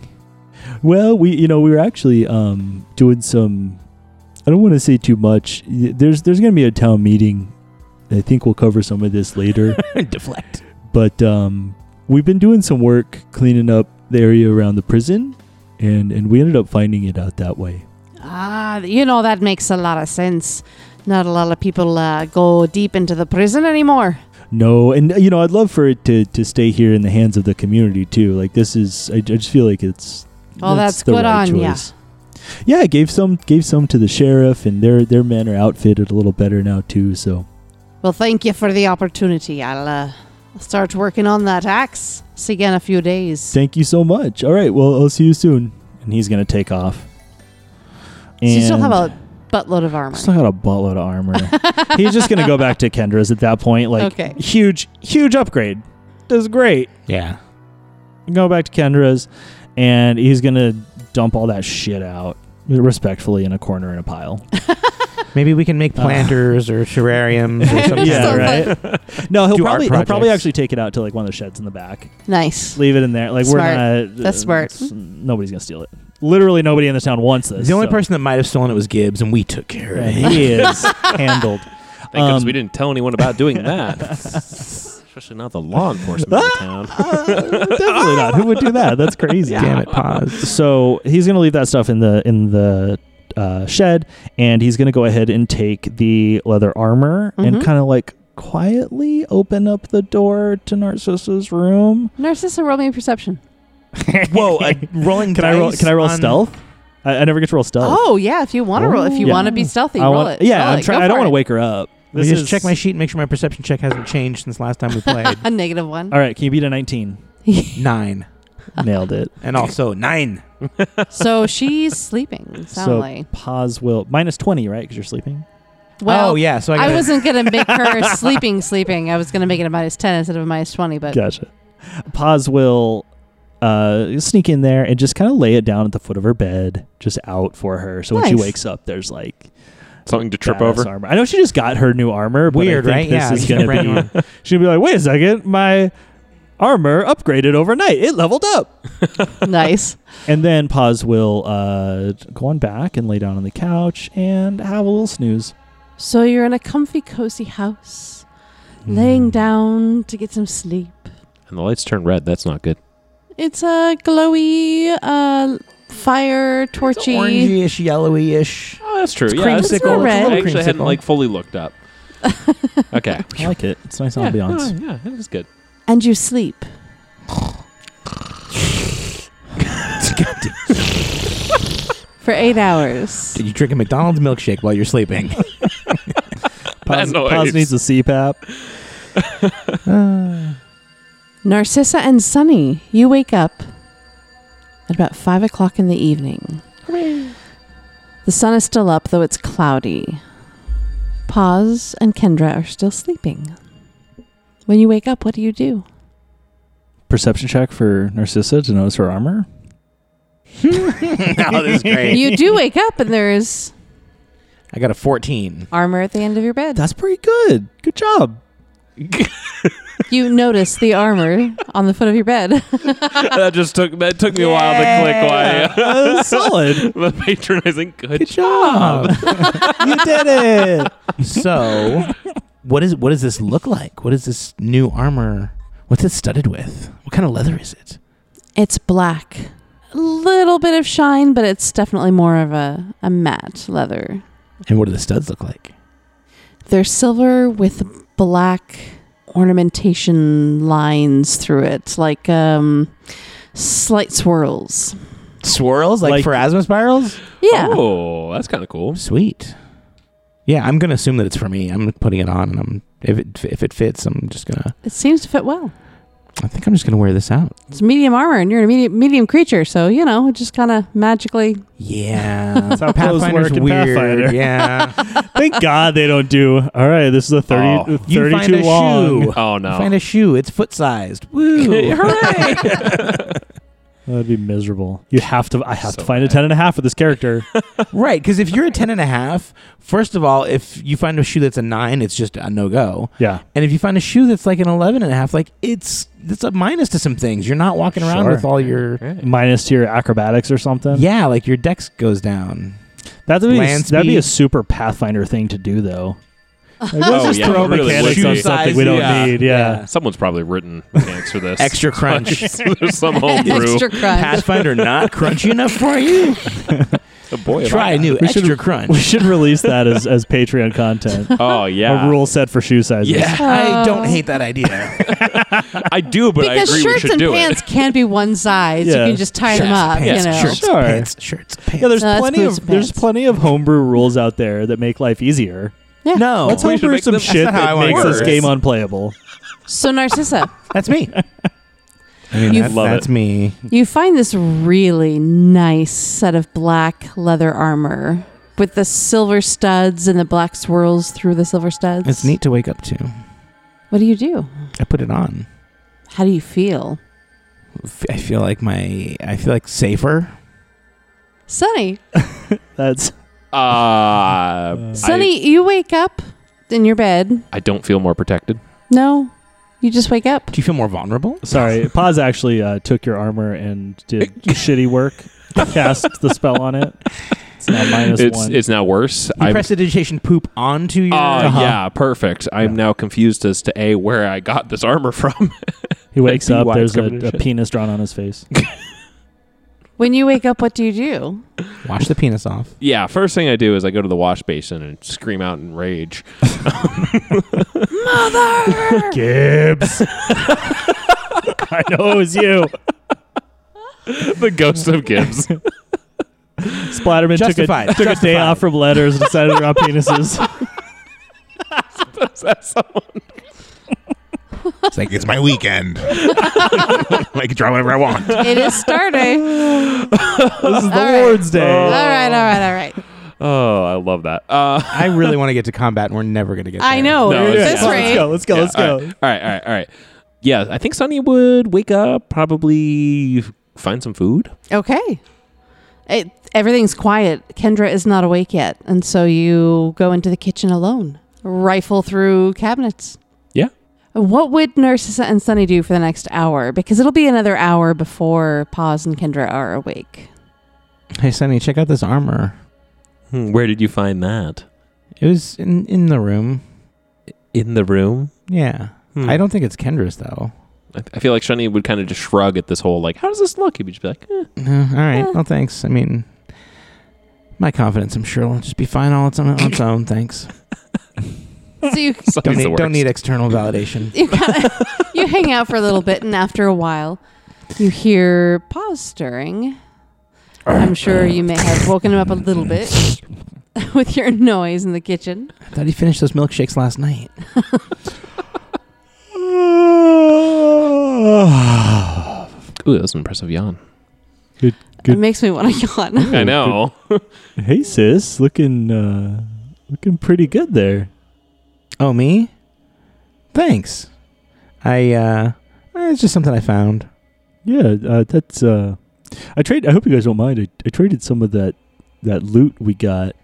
Speaker 1: Well, we, you know, we were actually um, doing some. I don't want to say too much. Y- There's there's going to be a town meeting. I think we'll cover some of this later.
Speaker 2: Deflect.
Speaker 1: but um, we've been doing some work cleaning up the area around the prison, and and we ended up finding it out that way.
Speaker 3: Ah, you know, that makes a lot of sense. Not a lot of people uh, go deep into the prison anymore.
Speaker 1: No, and uh, you know, I'd love for it to to stay here in the hands of the community too. Like this is, I, I just feel like it's.
Speaker 3: Oh, that's good on ya.
Speaker 1: Yeah, I gave some gave some to the sheriff, and their their men are outfitted a little better now too. So
Speaker 3: Well, thank you for the opportunity. I'll uh, start working on that axe. See you in a few days.
Speaker 1: thank you so much. All right, well, I'll see you soon. And he's gonna take off.
Speaker 3: So you still have
Speaker 1: And-
Speaker 3: a buttload of armor.
Speaker 1: still got a buttload of armor. he's just gonna go back to Kendra's at that point. Like
Speaker 3: Okay.
Speaker 1: huge huge upgrade. Does great.
Speaker 2: Yeah.
Speaker 1: Go back to Kendra's, and he's gonna dump all that shit out respectfully in a corner in a pile.
Speaker 2: Maybe we can make
Speaker 1: Uh.
Speaker 2: planters or terrariums or something.
Speaker 1: yeah,
Speaker 3: So
Speaker 1: right. No, he'll
Speaker 2: Do art
Speaker 1: probably he'll probably
Speaker 2: projects.
Speaker 1: actually take it out to like one of the sheds in the back.
Speaker 3: Nice.
Speaker 1: Leave it in there. Like
Speaker 3: Smart.
Speaker 1: we're not.
Speaker 3: That's smart.
Speaker 1: it's- Nobody's gonna steal it. Literally, nobody in this town wants this.
Speaker 2: The only
Speaker 1: so-
Speaker 2: person that might have stolen it was Gibbs, and we took care of
Speaker 1: Yeah,
Speaker 2: it.
Speaker 1: he is handled.
Speaker 4: Thank goodness
Speaker 1: Um,
Speaker 4: we didn't tell anyone about doing that. Especially not the law enforcement in town.
Speaker 1: Uh, definitely not. Who would do that? That's crazy.
Speaker 2: Damn it, pause.
Speaker 1: So he's gonna leave that stuff in the in the uh, shed, and he's gonna go ahead and take the leather armor and
Speaker 3: Mhm.
Speaker 1: kind of like quietly open up the door to Narcissa's room.
Speaker 3: Narcissa, roll me a perception.
Speaker 2: Whoa, a rolling
Speaker 1: Can I roll?
Speaker 2: dice
Speaker 1: Can I roll
Speaker 2: on-
Speaker 1: stealth? I, I never get to roll stealth.
Speaker 3: Oh, yeah. If you want to roll, if you
Speaker 1: Yeah.
Speaker 3: want to be stealthy,
Speaker 1: I
Speaker 3: roll
Speaker 1: want-
Speaker 3: it.
Speaker 1: Yeah,
Speaker 3: Roll
Speaker 1: I'm
Speaker 3: it.
Speaker 1: trying.
Speaker 3: Go
Speaker 1: I don't
Speaker 3: for
Speaker 1: want to
Speaker 3: it.
Speaker 1: wake her up.
Speaker 2: Let me
Speaker 1: This
Speaker 2: just check
Speaker 1: is-
Speaker 2: my sheet and make sure my perception check hasn't changed since last time we played.
Speaker 3: A negative one.
Speaker 1: All right, can you beat a 19?
Speaker 2: nine.
Speaker 1: Nailed it.
Speaker 2: And also nine.
Speaker 3: so she's sleeping soundly.
Speaker 1: So pause will minus 20, right? Because you're sleeping.
Speaker 3: well,
Speaker 2: oh, yeah. So I,
Speaker 3: I,
Speaker 2: gotta-
Speaker 3: wasn't going to make her sleeping, sleeping. I was going to make it a minus 10 instead of a minus 20,
Speaker 2: Uh,
Speaker 3: but
Speaker 1: Gotcha. Pause will uh, sneak in there and just kind of lay it down at the foot of her bed, just out for her. So when she
Speaker 3: Nice.
Speaker 1: wakes up, there's like
Speaker 4: Something to trip
Speaker 1: badass
Speaker 4: over.
Speaker 1: armor. I know she just got her new armor. But
Speaker 2: Weird,
Speaker 1: I think
Speaker 2: right?
Speaker 1: This
Speaker 2: Yeah,
Speaker 1: is
Speaker 2: yeah,
Speaker 1: gonna
Speaker 2: brand
Speaker 1: be. She'll be like, wait a second, my
Speaker 5: armor upgraded overnight. It leveled up.
Speaker 3: nice.
Speaker 5: And then Paz will uh, go on back and lay down on the couch and have a little snooze.
Speaker 3: So you're in a comfy, cozy house, laying down to get some sleep.
Speaker 4: And the lights turn red. That's not good.
Speaker 3: It's a glowy, uh, fire
Speaker 2: It's
Speaker 3: torchy.
Speaker 2: orangey-ish, yellowy-ish.
Speaker 4: Oh, that's true.
Speaker 2: It's
Speaker 4: yeah, it's
Speaker 2: creamsicle.
Speaker 4: not I
Speaker 3: It's red.
Speaker 2: It's a
Speaker 4: actually
Speaker 2: little
Speaker 4: hadn't
Speaker 2: creamsicle.
Speaker 4: like fully looked up. Okay.
Speaker 5: I like it. It's nice
Speaker 4: Yeah,
Speaker 5: ambiance.
Speaker 4: no, yeah, it was good.
Speaker 3: and you sleep. For eight hours.
Speaker 2: Did you drink a McDonald's milkshake while you're sleeping?
Speaker 4: That
Speaker 5: Paz,
Speaker 4: noise.
Speaker 5: Paz needs a CPAP.
Speaker 2: Uh,
Speaker 3: Narcissa and Sunny, you wake up at about five o'clock in the evening. The sun is still up, though it's cloudy. Paz and Kendra are still sleeping. When you wake up, what do you do?
Speaker 5: Perception check for Narcissa to notice her armor.
Speaker 2: no, this is great.
Speaker 3: you do wake up, and there's
Speaker 2: I got a 14.
Speaker 3: armor at the end of your bed.
Speaker 5: That's pretty good. Good job.
Speaker 3: You notice the armor on the foot of your bed.
Speaker 4: that just took that took me a while to click why
Speaker 5: Uh, solid.
Speaker 4: the patronizing good,
Speaker 5: Good job. you did it.
Speaker 2: so, what is what does this look like? What is this new armor? What's it studded with? What kind of leather is it?
Speaker 3: It's black. A little bit of shine, but it's definitely more of a, a matte leather.
Speaker 2: And what do the studs look like?
Speaker 3: They're silver with black ornamentation lines through it, like um, slight swirls.
Speaker 2: Swirls like,
Speaker 5: Like-
Speaker 2: Pharasma spirals?
Speaker 3: Yeah.
Speaker 4: Oh, that's kind of cool.
Speaker 2: Sweet. Yeah, I'm gonna assume that it's for me. I'm putting it on, and I'm if it if it fits, I'm just gonna.
Speaker 3: It seems to fit well.
Speaker 2: I think I'm just gonna wear this out.
Speaker 3: It's medium armor, and you're a medium, medium creature, so, you know, it just kind of magically.
Speaker 2: Yeah,
Speaker 5: That's how clothes
Speaker 2: Pathfinder's
Speaker 5: work in Pathfinder.
Speaker 2: Yeah,
Speaker 5: Thank God they don't do. All right, this is a 30,
Speaker 4: Oh.
Speaker 5: 32
Speaker 2: You find a
Speaker 5: long.
Speaker 2: shoe.
Speaker 4: Oh no.
Speaker 2: Find a shoe. It's foot sized. Woo!
Speaker 5: That'd be miserable. You have to. I have
Speaker 4: So
Speaker 5: to find a
Speaker 4: bad.
Speaker 5: ten and a half for this character.
Speaker 2: Right, because if you're a ten and a half, first of all, if you find a shoe that's a nine, it's just a no go.
Speaker 5: yeah.
Speaker 2: And if you find a shoe that's like an eleven and a half, like it's it's a minus to some things. You're not walking around
Speaker 5: Sure.
Speaker 2: with all your
Speaker 4: Right.
Speaker 5: Minus to your acrobatics or something.
Speaker 2: yeah, like your dex goes down.
Speaker 5: That'd be
Speaker 2: Land
Speaker 5: that'd be a
Speaker 2: speed.
Speaker 5: super Pathfinder thing to do though. Like, let's
Speaker 4: Oh,
Speaker 5: just
Speaker 4: yeah,
Speaker 5: throw
Speaker 4: really
Speaker 5: mechanics
Speaker 4: would
Speaker 5: on
Speaker 4: be.
Speaker 5: something we don't need. Yeah.
Speaker 4: Someone's probably written mechanics for this.
Speaker 2: Extra crunch.
Speaker 4: There's some homebrew.
Speaker 3: Extra crunch.
Speaker 2: Pathfinder not crunchy enough for you?
Speaker 4: Oh, boy, have
Speaker 2: Try
Speaker 4: I-
Speaker 2: a new
Speaker 5: We should-
Speaker 2: extra crunch.
Speaker 5: We should release that as, as Patreon content.
Speaker 4: Oh yeah.
Speaker 5: A rule set for shoe sizes.
Speaker 4: Yeah,
Speaker 2: I
Speaker 3: Oh.
Speaker 2: don't hate that idea.
Speaker 4: I do, but I
Speaker 3: because
Speaker 4: agree we
Speaker 3: shirts
Speaker 4: should
Speaker 3: and
Speaker 4: do
Speaker 3: pants can be one size.
Speaker 5: Yeah.
Speaker 3: You can just tie
Speaker 2: Shirts,
Speaker 3: them up,
Speaker 2: pants,
Speaker 3: you know.
Speaker 2: shirts,
Speaker 5: Sure.
Speaker 2: pants, shirts, pants.
Speaker 5: Yeah, there's
Speaker 3: No, that's
Speaker 5: plenty
Speaker 3: boots
Speaker 5: of
Speaker 3: and
Speaker 5: there's
Speaker 3: pants.
Speaker 5: plenty of homebrew rules out there that make life easier.
Speaker 3: Yeah.
Speaker 2: no,
Speaker 5: Let's
Speaker 4: we should
Speaker 5: homebrew
Speaker 4: make
Speaker 5: some
Speaker 4: them-
Speaker 5: shit
Speaker 2: that's not how
Speaker 5: that
Speaker 2: I
Speaker 5: makes
Speaker 2: want
Speaker 5: this
Speaker 2: it.
Speaker 5: game unplayable.
Speaker 3: So, Narcissa,
Speaker 2: that's me. I mean,
Speaker 3: You-
Speaker 2: that's,
Speaker 4: Love
Speaker 2: that's
Speaker 4: it.
Speaker 2: me.
Speaker 3: You find this really nice set of black leather armor with the silver studs and the black swirls through the silver studs.
Speaker 2: It's neat to wake up to.
Speaker 3: What do you do?
Speaker 2: I put it on.
Speaker 3: How do you feel?
Speaker 2: F- I feel like my I feel like safer.
Speaker 3: Sunny,
Speaker 5: That's
Speaker 4: it. Uh, I,
Speaker 3: Sunny, you wake up in your bed.
Speaker 4: I don't feel more protected.
Speaker 3: No, you just wake up.
Speaker 2: Do you feel more vulnerable?
Speaker 5: sorry. Paz actually uh, took your armor and did shitty work. Cast the spell on it. It's now minus
Speaker 4: it's
Speaker 5: one.
Speaker 4: it's now worse.
Speaker 2: You
Speaker 4: I'm-
Speaker 2: press the digitation poop onto your. uh-huh.
Speaker 4: Oh yeah, perfect. I'm now confused as to a where I got this armor from.
Speaker 5: he wakes
Speaker 4: Be
Speaker 5: up.
Speaker 4: wise,
Speaker 5: There's a,
Speaker 4: covered in
Speaker 5: a
Speaker 4: shit.
Speaker 5: penis drawn on his face.
Speaker 3: When you wake up, what do you do?
Speaker 2: Wash the penis off.
Speaker 4: yeah, first thing I do is I go to the wash basin and scream out in rage.
Speaker 3: Mother!
Speaker 5: Gibbs. I know it was you.
Speaker 4: the ghost of Gibbs.
Speaker 5: Splatterman took a,
Speaker 2: Justified.
Speaker 5: took a day
Speaker 2: Justified.
Speaker 5: off from letters and decided to draw penises.
Speaker 4: That's someone.
Speaker 6: It's like it's my weekend. I can draw whatever I want.
Speaker 3: it is starting.
Speaker 5: This is the
Speaker 3: All right.
Speaker 5: Lord's Day.
Speaker 3: all right, all right, all right.
Speaker 4: Oh, I love that. Uh,
Speaker 2: I really want to get to combat. and We're never gonna get. There.
Speaker 3: I know.
Speaker 4: No,
Speaker 3: at
Speaker 4: it's-
Speaker 3: this
Speaker 4: yeah.
Speaker 5: Let's
Speaker 3: rate,
Speaker 5: go. Let's go.
Speaker 4: yeah,
Speaker 5: let's go.
Speaker 4: All right, all right, all right, all right. Yeah, I think Sonny would wake up, probably find some food.
Speaker 3: Okay. It, everything's quiet. Kendra is not awake yet. And so you go into the kitchen alone, rifle through cabinets.
Speaker 4: Yeah.
Speaker 3: What would Narcissa and Sunny do for the next hour? Because it'll be another hour before Paws and Kendra are awake.
Speaker 2: Hey, Sonny, check out this armor.
Speaker 4: Hmm, Where did you find that?
Speaker 2: It was in, in the room.
Speaker 4: In the room?
Speaker 2: Yeah.
Speaker 4: Hmm.
Speaker 2: I don't think it's Kendra's, though.
Speaker 4: I, I feel like Shani would kind of just shrug at this whole like, how does this look? He'd just be like, eh.
Speaker 2: No, all right.
Speaker 3: Eh.
Speaker 2: Well, thanks. I mean, my confidence, I'm sure, will just be fine all its own. On its own. Thanks.
Speaker 3: So you
Speaker 4: Sunny's
Speaker 2: Don't
Speaker 4: the
Speaker 2: need,
Speaker 4: worst.
Speaker 2: don't need external validation.
Speaker 3: you kind of you hang out for a little bit, and after a while, you hear Paws stirring. I'm sure you may have woken him up a little bit with your noise in the kitchen.
Speaker 2: I thought he finished those milkshakes last night.
Speaker 4: Ooh, that was an impressive yawn.
Speaker 5: Good-
Speaker 3: It makes me want to yawn.
Speaker 5: Ooh,
Speaker 4: I know.
Speaker 5: Hey sis, looking uh looking pretty good there.
Speaker 2: Oh, me? Thanks. I, uh, eh, it's just something I found.
Speaker 5: Yeah, uh, that's uh I trade I hope you guys don't mind. I, I traded some of that that loot we got.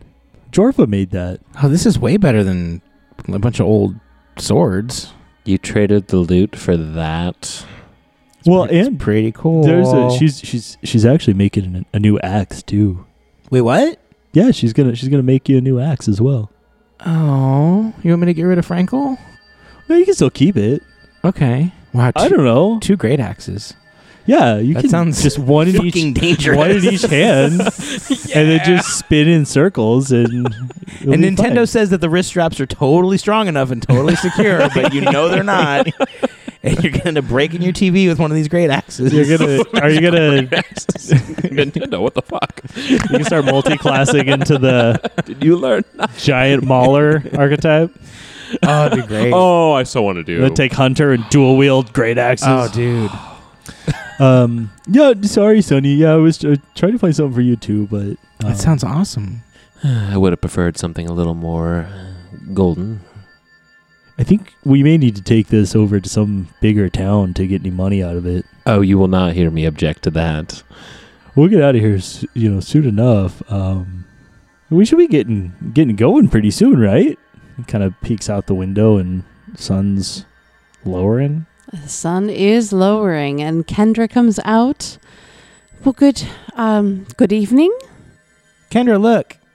Speaker 5: Jorva made that.
Speaker 2: Oh, this is way better than a bunch of old swords.
Speaker 4: You traded the loot for that.
Speaker 5: well,
Speaker 2: It's
Speaker 5: and
Speaker 2: pretty cool.
Speaker 5: there's a she's she's she's actually making an, a new axe too.
Speaker 2: Wait, what?
Speaker 5: Yeah, she's going to she's going to make you a new axe as well.
Speaker 2: Oh, you want me to get rid of Frankel?
Speaker 5: No, you can still keep it.
Speaker 2: Okay. Wow. Two,
Speaker 5: I don't know.
Speaker 2: two great axes.
Speaker 5: Yeah, you
Speaker 2: That
Speaker 5: can
Speaker 2: sounds
Speaker 5: just one in each
Speaker 2: Fucking dangerous.
Speaker 5: one in each hand, and then just spin in circles, and it'll
Speaker 2: And
Speaker 5: be
Speaker 2: Nintendo
Speaker 5: fine.
Speaker 2: says that the wrist straps are totally strong enough and totally secure, but you know they're not. And you're going to break in your TV with one of these great axes.
Speaker 5: you're gonna are you gonna
Speaker 4: Nintendo, what the fuck?
Speaker 5: you can start multi-classing into the
Speaker 4: Did you learn?
Speaker 5: giant mauler archetype.
Speaker 2: oh, that'd be great.
Speaker 4: Oh, I so want to do.
Speaker 5: Then take hunter and dual wield great axes.
Speaker 2: Oh, dude.
Speaker 5: um, yeah, sorry, Sonny. Yeah, I was uh, trying to find something for you too, but um,
Speaker 2: That sounds awesome.
Speaker 4: I would have preferred something a little more golden.
Speaker 5: I think we may need to take this over to some bigger town to get any money out of it.
Speaker 4: Oh, you will not hear me object to that.
Speaker 5: We'll get out of here, s- you know, soon enough. Um, we should be getting getting going pretty soon, right? Kind of peeks out the window and sun's lowering.
Speaker 3: The sun is lowering, and Kendra comes out. Well, good, um, good evening.
Speaker 2: Kendra, look.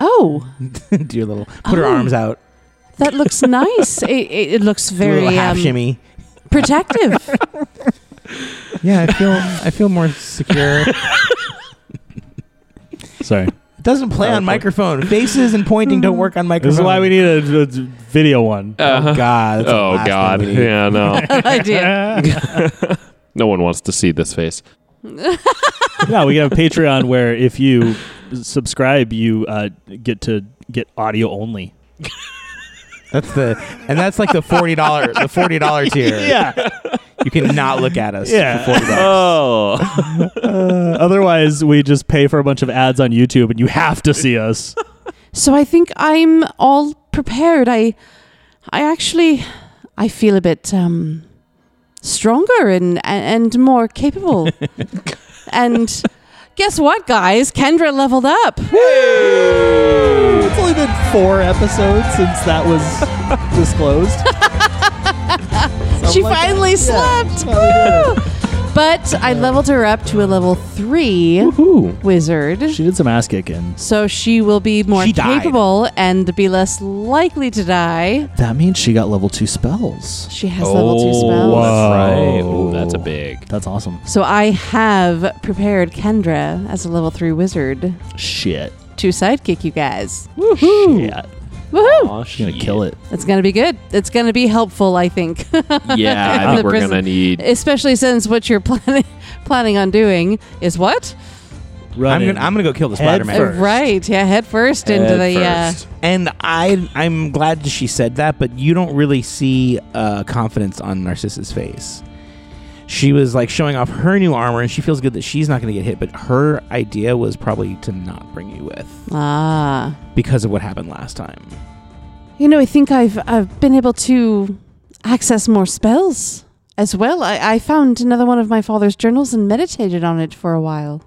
Speaker 3: Oh,
Speaker 2: Do your little, put her
Speaker 3: Oh.
Speaker 2: arms out.
Speaker 3: that looks nice. it, it, it looks
Speaker 2: Do a little
Speaker 3: very
Speaker 2: half
Speaker 3: um,
Speaker 2: shimmy.
Speaker 3: protective.
Speaker 2: Yeah, I feel, I feel more secure.
Speaker 5: Sorry,
Speaker 2: It doesn't play on
Speaker 5: PowerPoint.
Speaker 2: microphone. Faces and pointing don't work on microphone.
Speaker 5: this is why we need a, a video one.
Speaker 4: Uh,
Speaker 2: Oh God! that's the
Speaker 4: Oh
Speaker 2: last
Speaker 4: God!
Speaker 2: thing we need.
Speaker 4: Yeah, no.
Speaker 3: idea.
Speaker 4: no one wants to see this face.
Speaker 5: yeah, we have Patreon where if you subscribe, you uh, get to get audio only.
Speaker 2: That's the and that's like the forty dollar the forty dollar tier.
Speaker 5: Yeah,
Speaker 2: You cannot look at us.
Speaker 5: Yeah.
Speaker 2: For $40.
Speaker 4: Oh,
Speaker 5: uh, otherwise we just pay for a bunch of ads on YouTube, and you have to see us.
Speaker 3: So I think I'm all prepared. I I actually I feel a bit um stronger and and, and more capable. and guess what guys? Kendra leveled up.
Speaker 5: It's only been four episodes since that was disclosed. Oh
Speaker 3: she finally slept. Woo! But I leveled her up to a level 3 wizard.
Speaker 5: She did some ass kicking.
Speaker 3: so she will be more
Speaker 2: She died.
Speaker 3: capable and be less likely to die.
Speaker 5: That means she got level two spells.
Speaker 3: She has level
Speaker 5: Oh,
Speaker 3: 2 spells.
Speaker 5: wow.
Speaker 4: right. Ooh, Oh, that's a big.
Speaker 5: That's awesome.
Speaker 3: So I have prepared Kendra as a level three wizard
Speaker 5: Shit.
Speaker 3: to sidekick you guys.
Speaker 5: Woohoo. Shit.
Speaker 3: Woohoo!
Speaker 4: Aw,
Speaker 5: She's gonna kill it.
Speaker 3: It's gonna be good. It's gonna be helpful, I think.
Speaker 4: Yeah,
Speaker 3: In
Speaker 4: I
Speaker 3: the
Speaker 4: think we're
Speaker 3: prison.
Speaker 4: gonna need.
Speaker 3: Especially since what you're planning planning on doing is what?
Speaker 2: I'm
Speaker 5: Running.
Speaker 2: gonna I'm gonna go kill the
Speaker 5: Head
Speaker 2: Spider
Speaker 3: Uh,
Speaker 2: Man.
Speaker 5: first.
Speaker 3: Right. Yeah, head first into the uh,
Speaker 2: And I I'm glad that she said that, but you don't really see uh, confidence on Narcissa's face. She was like showing off her new armor, and she feels good that she's not going to get hit. But her idea was probably to not bring you with
Speaker 3: ah.
Speaker 2: because of what happened last time.
Speaker 3: You know, I think I've I've been able to access more spells as well. I, I found another one of my father's journals and meditated on it for a while.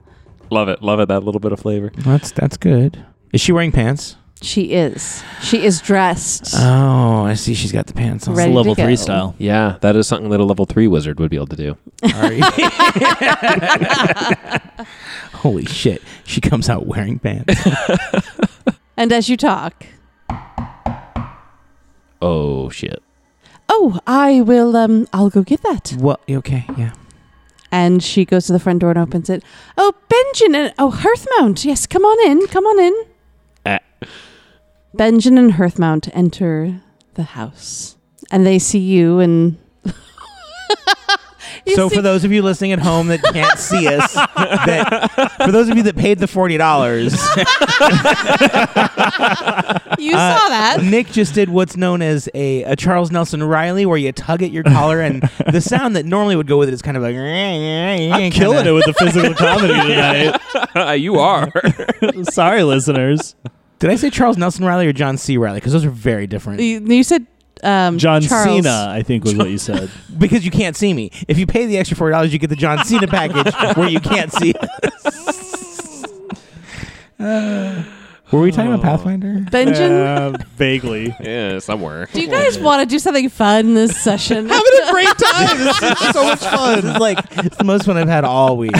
Speaker 4: Love it, love it. That little bit of flavor.
Speaker 2: That's that's good. Is she wearing pants?
Speaker 3: She is. She is dressed.
Speaker 2: Oh, I see. She's got the pants on.
Speaker 3: Ready to
Speaker 5: level
Speaker 3: go.
Speaker 5: three style.
Speaker 4: Yeah, that is something that a level three wizard would be able to do.
Speaker 2: Sorry. Holy shit! She comes out wearing pants.
Speaker 3: and as you talk,
Speaker 4: Oh shit!
Speaker 3: oh, I will. Um, I'll go get that.
Speaker 2: Well, okay, yeah.
Speaker 3: And she goes to the front door and opens it. Oh, Benjin and oh Hearthmount. Yes, come on in. Come on in.
Speaker 2: Eh.
Speaker 4: Ah.
Speaker 3: Benjin and Hearthmount enter the house, and they see you and. You
Speaker 2: so
Speaker 3: see-
Speaker 2: for those of you listening at home that can't see us, that, for those of you that paid the forty dollars,
Speaker 3: you
Speaker 2: uh,
Speaker 3: saw that.
Speaker 2: Nick just did what's known as a, a Charles Nelson Riley, where you tug at your collar, and the sound that normally would go with it is kind of like.
Speaker 5: I'm killing it with the physical comedy tonight.
Speaker 4: you are.
Speaker 5: Sorry, listeners.
Speaker 2: Did I say Charles Nelson Riley or John C. Riley? Because those are very different.
Speaker 3: You, you said um,
Speaker 5: John
Speaker 3: Charles.
Speaker 5: Cena, I think, was what you said.
Speaker 2: Because you can't see me. If you pay the extra forty dollars, you get the John Cena package where you can't see. us. Were we talking about Pathfinder?
Speaker 3: Benjin.
Speaker 5: Uh, vaguely.
Speaker 4: yeah, somewhere.
Speaker 3: Do you guys want to do something fun this session?
Speaker 2: having a great time. This is so much fun. This is like it's the most fun I've had all week.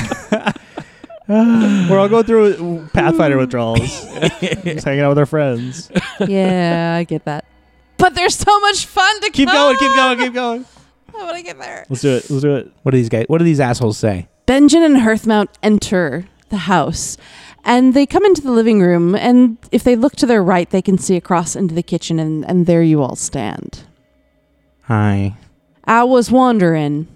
Speaker 5: We're all going through Pathfinder withdrawals. Just hanging out with our friends.
Speaker 3: yeah, I get that. But there's so much fun to
Speaker 5: Keep
Speaker 3: come.
Speaker 5: going, keep going, keep going.
Speaker 3: How would I get there?
Speaker 5: Let's do it. Let's do it.
Speaker 2: What do these guys? What do these assholes say?
Speaker 3: Benjin and Hearthmount enter the house, and they come into the living room. And if they look to their right, they can see across into the kitchen, and, and there you all stand.
Speaker 2: Hi.
Speaker 3: I was wondering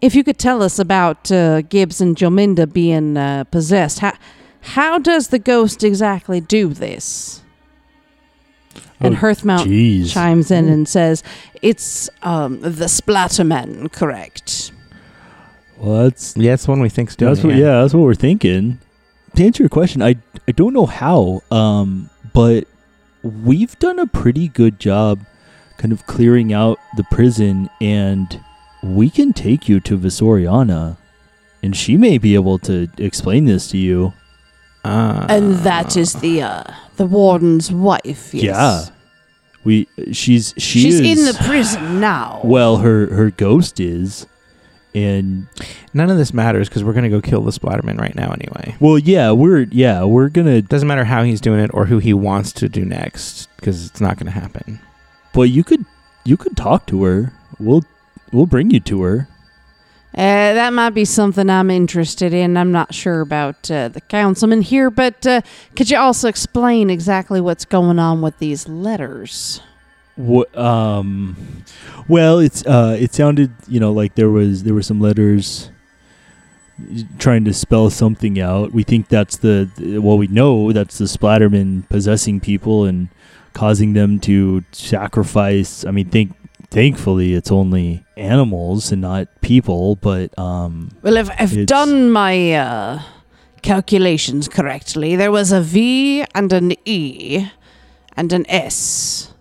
Speaker 3: if you could tell us about uh, Gibbs and Jominda being uh, possessed. How how does the ghost exactly do this? And
Speaker 5: Oh,
Speaker 3: Hearthmount
Speaker 5: Jeez.
Speaker 3: chimes in and says, "It's um, the Splatterman, correct?"
Speaker 5: Well, that's
Speaker 2: Yeah, that's the one we think's doing.
Speaker 5: that's what,
Speaker 2: it,
Speaker 5: yeah, that's what we're thinking. To answer your question, I I don't know how, um, but we've done a pretty good job, kind of clearing out the prison, and we can take you to Visoriana, and she may be able to explain this to you.
Speaker 2: Uh,
Speaker 3: and that is the uh, the warden's wife. Yes.
Speaker 5: Yeah, we she's she
Speaker 3: she's
Speaker 5: is,
Speaker 3: in the prison now.
Speaker 5: well her her ghost is, and
Speaker 2: none of this matters because we're gonna go kill the Splatterman right now anyway.
Speaker 5: well yeah we're yeah we're gonna
Speaker 2: Doesn't matter how he's doing it or who he wants to do next because it's not gonna happen.
Speaker 5: but you could you could talk to her. We'll we'll bring you to her.
Speaker 3: Uh, that might be something I'm interested in. I'm not sure about uh, the councilman here, but uh, could you also explain exactly what's going on with these letters?
Speaker 5: What? Um. Well, it's uh, it sounded you know like there was there were some letters trying to spell something out. We think that's the, the well, we know that's the Splatterman possessing people and causing them to sacrifice. I mean, think thankfully it's only animals and not people, but um,
Speaker 3: Well, if I've
Speaker 5: It's-
Speaker 3: done my uh, calculations correctly, there was a V and an E and an S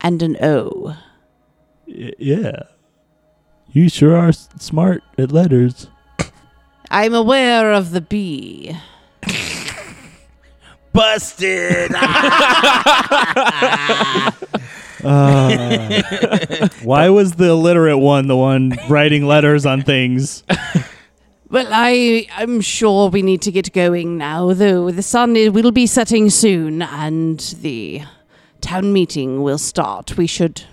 Speaker 3: and an O.
Speaker 5: y- yeah. You sure are s- smart at letters.
Speaker 3: I'm aware of the B.
Speaker 2: Busted.
Speaker 5: Uh, why was the illiterate one the one writing letters on things?
Speaker 3: Well, I I'm sure we need to get going now, though. The sun i- will be setting soon, and the town meeting will start. We should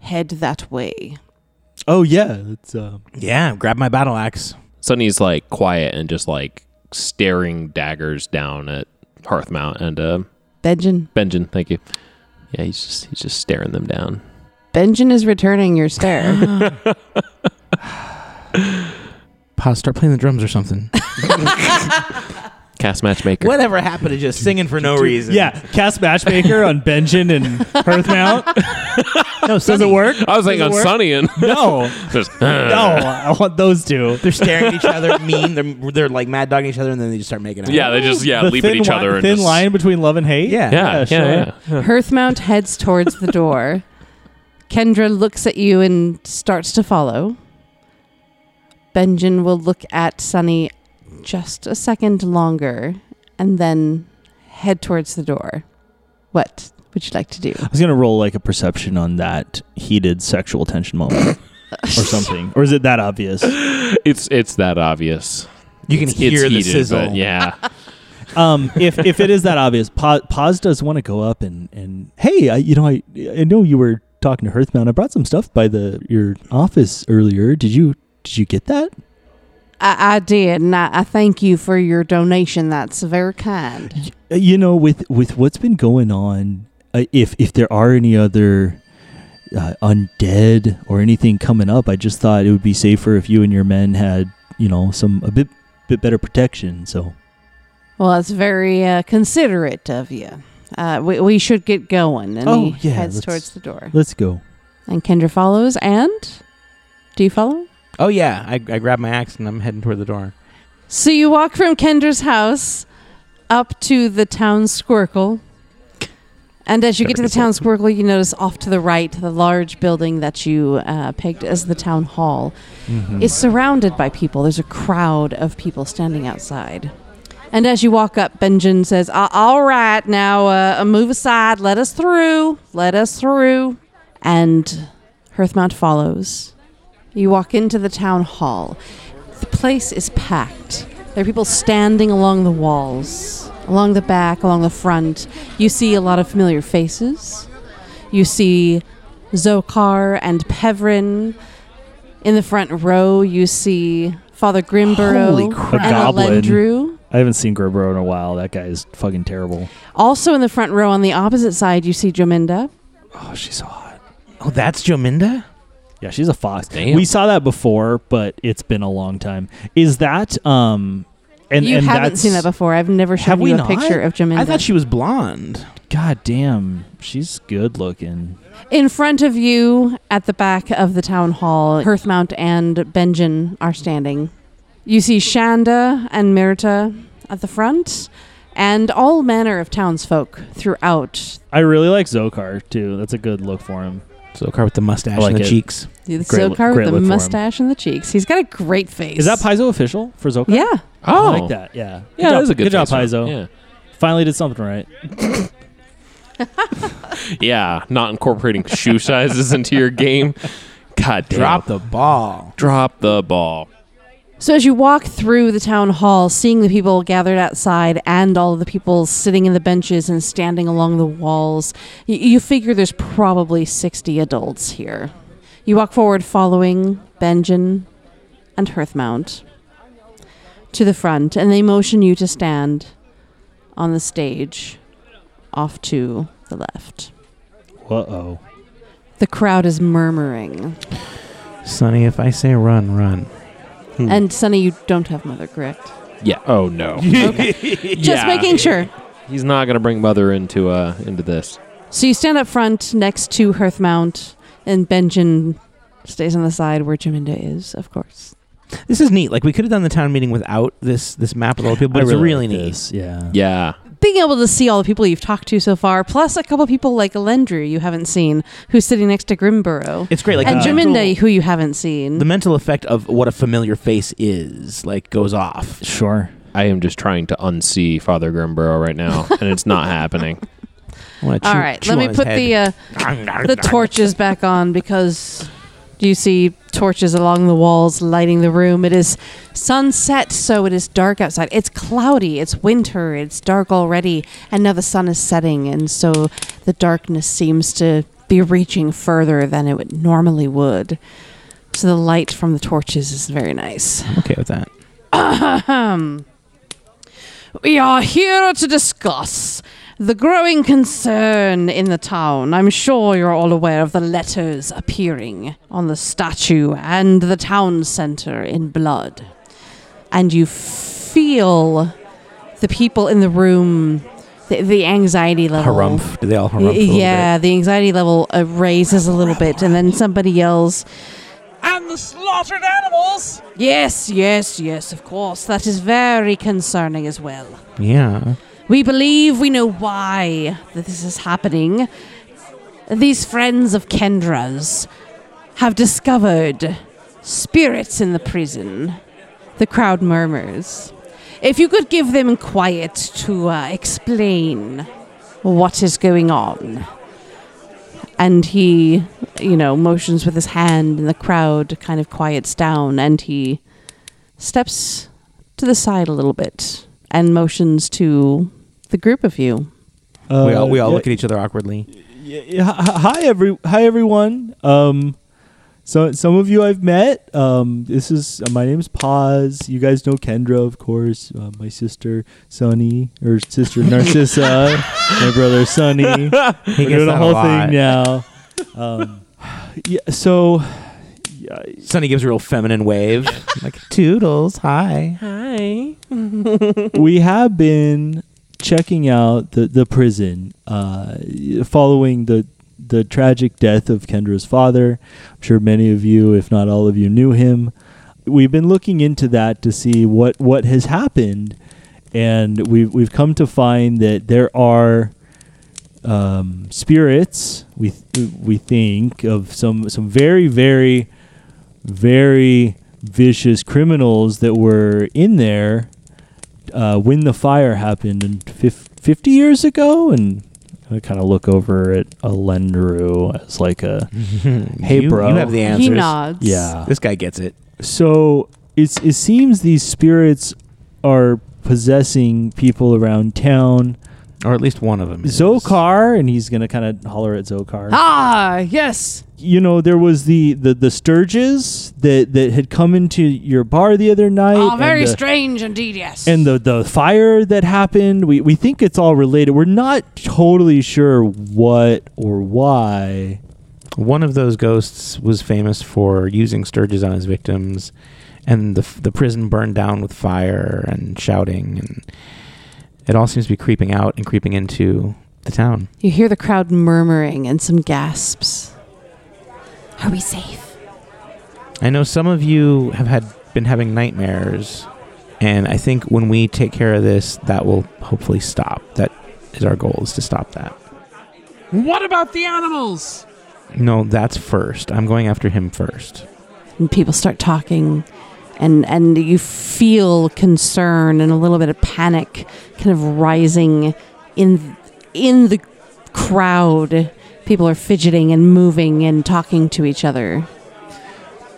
Speaker 3: head that way.
Speaker 5: Oh yeah, it's uh,
Speaker 2: yeah, grab my battle axe.
Speaker 4: Sunny's like quiet and just like staring daggers down at Hearthmount and uh,
Speaker 3: Benjin,
Speaker 4: Benjin. Thank you. Yeah, he's just he's just staring them down.
Speaker 3: Benjin is returning your stare.
Speaker 2: Pa, start playing the drums or something.
Speaker 4: Cast matchmaker.
Speaker 2: Whatever happened to just singing for no reason?
Speaker 5: yeah. Cast matchmaker on Benjin and Hearthmount. no, does it work?
Speaker 4: I was like
Speaker 5: Does
Speaker 4: on
Speaker 5: it work? Oh.
Speaker 4: Sunny and
Speaker 5: No,
Speaker 4: just
Speaker 5: no, I want those two.
Speaker 2: They're staring at each other, mean. They're they're like mad dogging each other, and then they just start making out.
Speaker 4: yeah, they just yeah
Speaker 5: The
Speaker 4: leap at
Speaker 5: thin
Speaker 4: each
Speaker 5: wi-
Speaker 4: other and
Speaker 5: thin
Speaker 4: just-
Speaker 5: line between love and hate.
Speaker 2: yeah.
Speaker 4: Yeah, yeah,
Speaker 5: Yeah,
Speaker 4: yeah,
Speaker 5: sure.
Speaker 3: Hearthmount heads towards the door. Kendra looks at you and starts to follow. Benjin will look at Sunny just a second longer and then head towards the door. What would you like to do?
Speaker 5: I was gonna roll like a perception on that heated sexual tension moment or something, or is it that obvious?
Speaker 4: It's it's that obvious.
Speaker 2: You can
Speaker 4: It's-
Speaker 2: hear
Speaker 4: it's
Speaker 2: the
Speaker 4: heated,
Speaker 2: sizzle.
Speaker 4: but yeah.
Speaker 5: Um, if if it is that obvious, pause, pause does want to go up and and hey, I you know I I know you were talking to Hearthbound. I brought some stuff by the your office earlier. Did you did you get that?
Speaker 3: I, I did, and I, I thank you for your donation. That's very kind.
Speaker 5: Uh, you know with with what's been going on uh, if if there are any other uh, undead or anything coming up i just thought it would be safer if you and your men had you know some a bit bit better protection so
Speaker 3: Well, that's very uh, considerate of you. Uh, we, we should get going. And
Speaker 5: Oh,
Speaker 3: he
Speaker 5: yeah,
Speaker 3: heads
Speaker 5: let's-
Speaker 3: towards the door.
Speaker 5: let's go
Speaker 3: And Kendra follows, and do you follow?
Speaker 2: Oh yeah, I, I grab my axe and I'm heading toward the door.
Speaker 3: So you walk from Kendra's house up to the town squircle. And as you get to the town squircle, you notice off to the right the large building that you uh, pegged as the town hall is surrounded by people. There's a crowd of people standing outside. And as you walk up, Benjamin says, "A- All right, now uh, move aside. Let us through. Let us through. And Hearthmount follows. You walk into the town hall. The place is packed. There are people standing along the walls, along the back, along the front. You see a lot of familiar faces. You see Zokar and Pevrin. In the front row, you see Father Grimborough
Speaker 2: Holy crap.
Speaker 5: A
Speaker 3: and
Speaker 5: goblin.
Speaker 3: Elendru.
Speaker 5: i haven't seen Gerbero in a while that guy is fucking terrible
Speaker 3: Also in the front row on the opposite side, you see Jominda.
Speaker 5: oh she's so hot
Speaker 2: Oh, that's Jominda.
Speaker 5: yeah she's a fox
Speaker 4: Damn.
Speaker 5: we saw that before but it's been a long time is that um and
Speaker 3: you
Speaker 5: and
Speaker 3: haven't
Speaker 5: that's
Speaker 3: seen that before. I've never
Speaker 5: Have
Speaker 3: shown
Speaker 5: we
Speaker 3: you a
Speaker 5: not?
Speaker 3: picture of Jominda.
Speaker 2: I thought she was blonde.
Speaker 5: god damn she's good looking
Speaker 3: In front of you, at the back of the town hall, Hearthmount and Benjin are standing. You see Shanda and Mirta at the front, and all manner of townsfolk throughout.
Speaker 5: I really like Zokar too. That's a good look for him.
Speaker 2: So car with the mustache
Speaker 5: I like
Speaker 2: and the
Speaker 5: it.
Speaker 2: cheeks.
Speaker 3: The
Speaker 5: Great look-
Speaker 3: Zilkar
Speaker 5: great
Speaker 3: with the
Speaker 5: look for him.
Speaker 3: mustache and the cheeks. He's got a great face.
Speaker 5: Is that Paizo official for Zokar?
Speaker 3: Yeah.
Speaker 4: Oh,
Speaker 5: I like that. Yeah,
Speaker 4: Yeah, that was a good.
Speaker 5: Good job,
Speaker 4: taste for
Speaker 5: Paizo.
Speaker 4: it. Yeah.
Speaker 5: Finally did something right.
Speaker 4: Yeah, not incorporating shoe sizes into your game. God damn.
Speaker 2: Drop the ball.
Speaker 4: Drop the ball.
Speaker 3: So as you walk through the town hall, seeing the people gathered outside and all of the people sitting in the benches and standing along the walls, y- you figure there's probably 60 adults here. You walk forward following Benjin and Hearthmount to the front, and they motion you to stand on the stage off to the left.
Speaker 5: Uh oh.
Speaker 3: The crowd is murmuring.
Speaker 2: Sonny, if I say run, run.
Speaker 3: And Sonny, you don't have mother, correct?
Speaker 4: Yeah. Oh no.
Speaker 3: Just making sure.
Speaker 4: He's not gonna bring mother into uh into this.
Speaker 3: So you stand up front next to Hearthmount, and Benjin stays on the side where Jaminda is, of course.
Speaker 2: This is neat. Like we could have done the town meeting without this this map of all the people, but it's really
Speaker 5: like
Speaker 2: neat.
Speaker 5: this, Yeah.
Speaker 4: Yeah.
Speaker 3: Being able to see all the people you've talked to so far, plus a couple people like Elendru you haven't seen, who's sitting next to Grimborough,
Speaker 2: It's great. Like
Speaker 3: and
Speaker 5: uh,
Speaker 2: the
Speaker 3: Jaminda,
Speaker 2: mental-
Speaker 3: who you haven't seen.
Speaker 2: the mental effect of what a familiar face is like goes off.
Speaker 5: Sure.
Speaker 4: I am just trying to unsee Father Grimborough right now, and it's not happening.
Speaker 2: I wanna
Speaker 3: all
Speaker 2: chew-
Speaker 3: right,
Speaker 2: chew
Speaker 3: let
Speaker 2: on
Speaker 3: me
Speaker 2: his
Speaker 3: put
Speaker 2: head.
Speaker 3: the uh, the torches back on because you see torches along the walls lighting the room. It is sunset, so it is dark outside. It's cloudy, it's winter, it's dark already, and now the sun is setting, and so the darkness seems to be reaching further than it would normally would. So the light from the torches is very nice.
Speaker 2: I'm okay with that.
Speaker 3: Ahem. We are here to discuss the growing concern in the town. I'm sure you're all aware of the letters appearing on the statue and the town center in blood. And you feel the people in the room, the, the anxiety level.
Speaker 2: Harumph. Do they all harumph? a
Speaker 3: Y-
Speaker 2: little
Speaker 3: Yeah, the anxiety level uh, raises a little bit, and then somebody yells,
Speaker 7: and the slaughtered animals.
Speaker 3: Yes, yes, yes, of course. That is very concerning as well.
Speaker 2: bit? Yeah.
Speaker 3: We believe we know why that this is happening. These friends of Kendra's have discovered spirits in the prison. The crowd murmurs. If you could give them quiet to uh, explain what is going on. And he, you know, motions with his hand, and the crowd kind of quiets down, and he steps to the side a little bit and motions to the group of you.
Speaker 1: Uh,
Speaker 2: we all, we all
Speaker 1: yeah,
Speaker 2: look at each other awkwardly.
Speaker 1: yeah, yeah, hi- hi every hi everyone. Um, so some of you I've met. Um, this is uh, my name's Paz. You guys know Kendra, of course. Uh, my sister Sunny or sister Narcissa. my brother Sunny.
Speaker 2: He
Speaker 1: We're
Speaker 2: gets
Speaker 1: doing
Speaker 2: that
Speaker 1: the
Speaker 2: a
Speaker 1: whole
Speaker 2: lot.
Speaker 1: thing now. Um, yeah. So yeah,
Speaker 2: Sonny gives a real feminine wave, like toodles. Hi.
Speaker 4: Hi.
Speaker 1: we have been checking out the the prison uh, following the the tragic death of Kendra's father. I'm sure many of you, if not all of you, knew him. We've been looking into that to see what what has happened, and we've we've come to find that there are um, spirits. We th- we think of some some very very very vicious criminals that were in there uh, when the fire happened in fif- 50 years ago and I kind of look over at Alendru as like a Hey,
Speaker 2: you,
Speaker 1: bro.
Speaker 2: You have the answers.
Speaker 3: He nods.
Speaker 1: yeah.
Speaker 2: This guy gets it.
Speaker 1: So it's it seems these spirits are possessing people around town.
Speaker 2: Or at least one of them. is.
Speaker 1: Zokar and he's going to kind of holler at Zokar.
Speaker 3: Ah, yes.
Speaker 1: You know, there was the the, the Sturges that that had come into your bar the other night.
Speaker 3: Ah,
Speaker 1: and
Speaker 3: very
Speaker 1: the-
Speaker 3: strange indeed, yes.
Speaker 1: and the the fire that happened we, we think it's all related we're not totally sure what or why
Speaker 2: One of those ghosts was famous for using sturges on his victims, and the f- the prison burned down with fire and shouting, and it all seems to be creeping out and creeping into the town.
Speaker 3: you hear the crowd murmuring and some gasps. Are we safe?
Speaker 2: I know some of you have had been having nightmares, and I think when we take care of this, that will hopefully stop. That is our goal is to stop that.
Speaker 8: What about the animals?
Speaker 2: No, that's first. I'm going after him first.
Speaker 3: And people start talking and and you feel concern and a little bit of panic kind of rising in in the crowd. People are fidgeting and moving and talking to each other.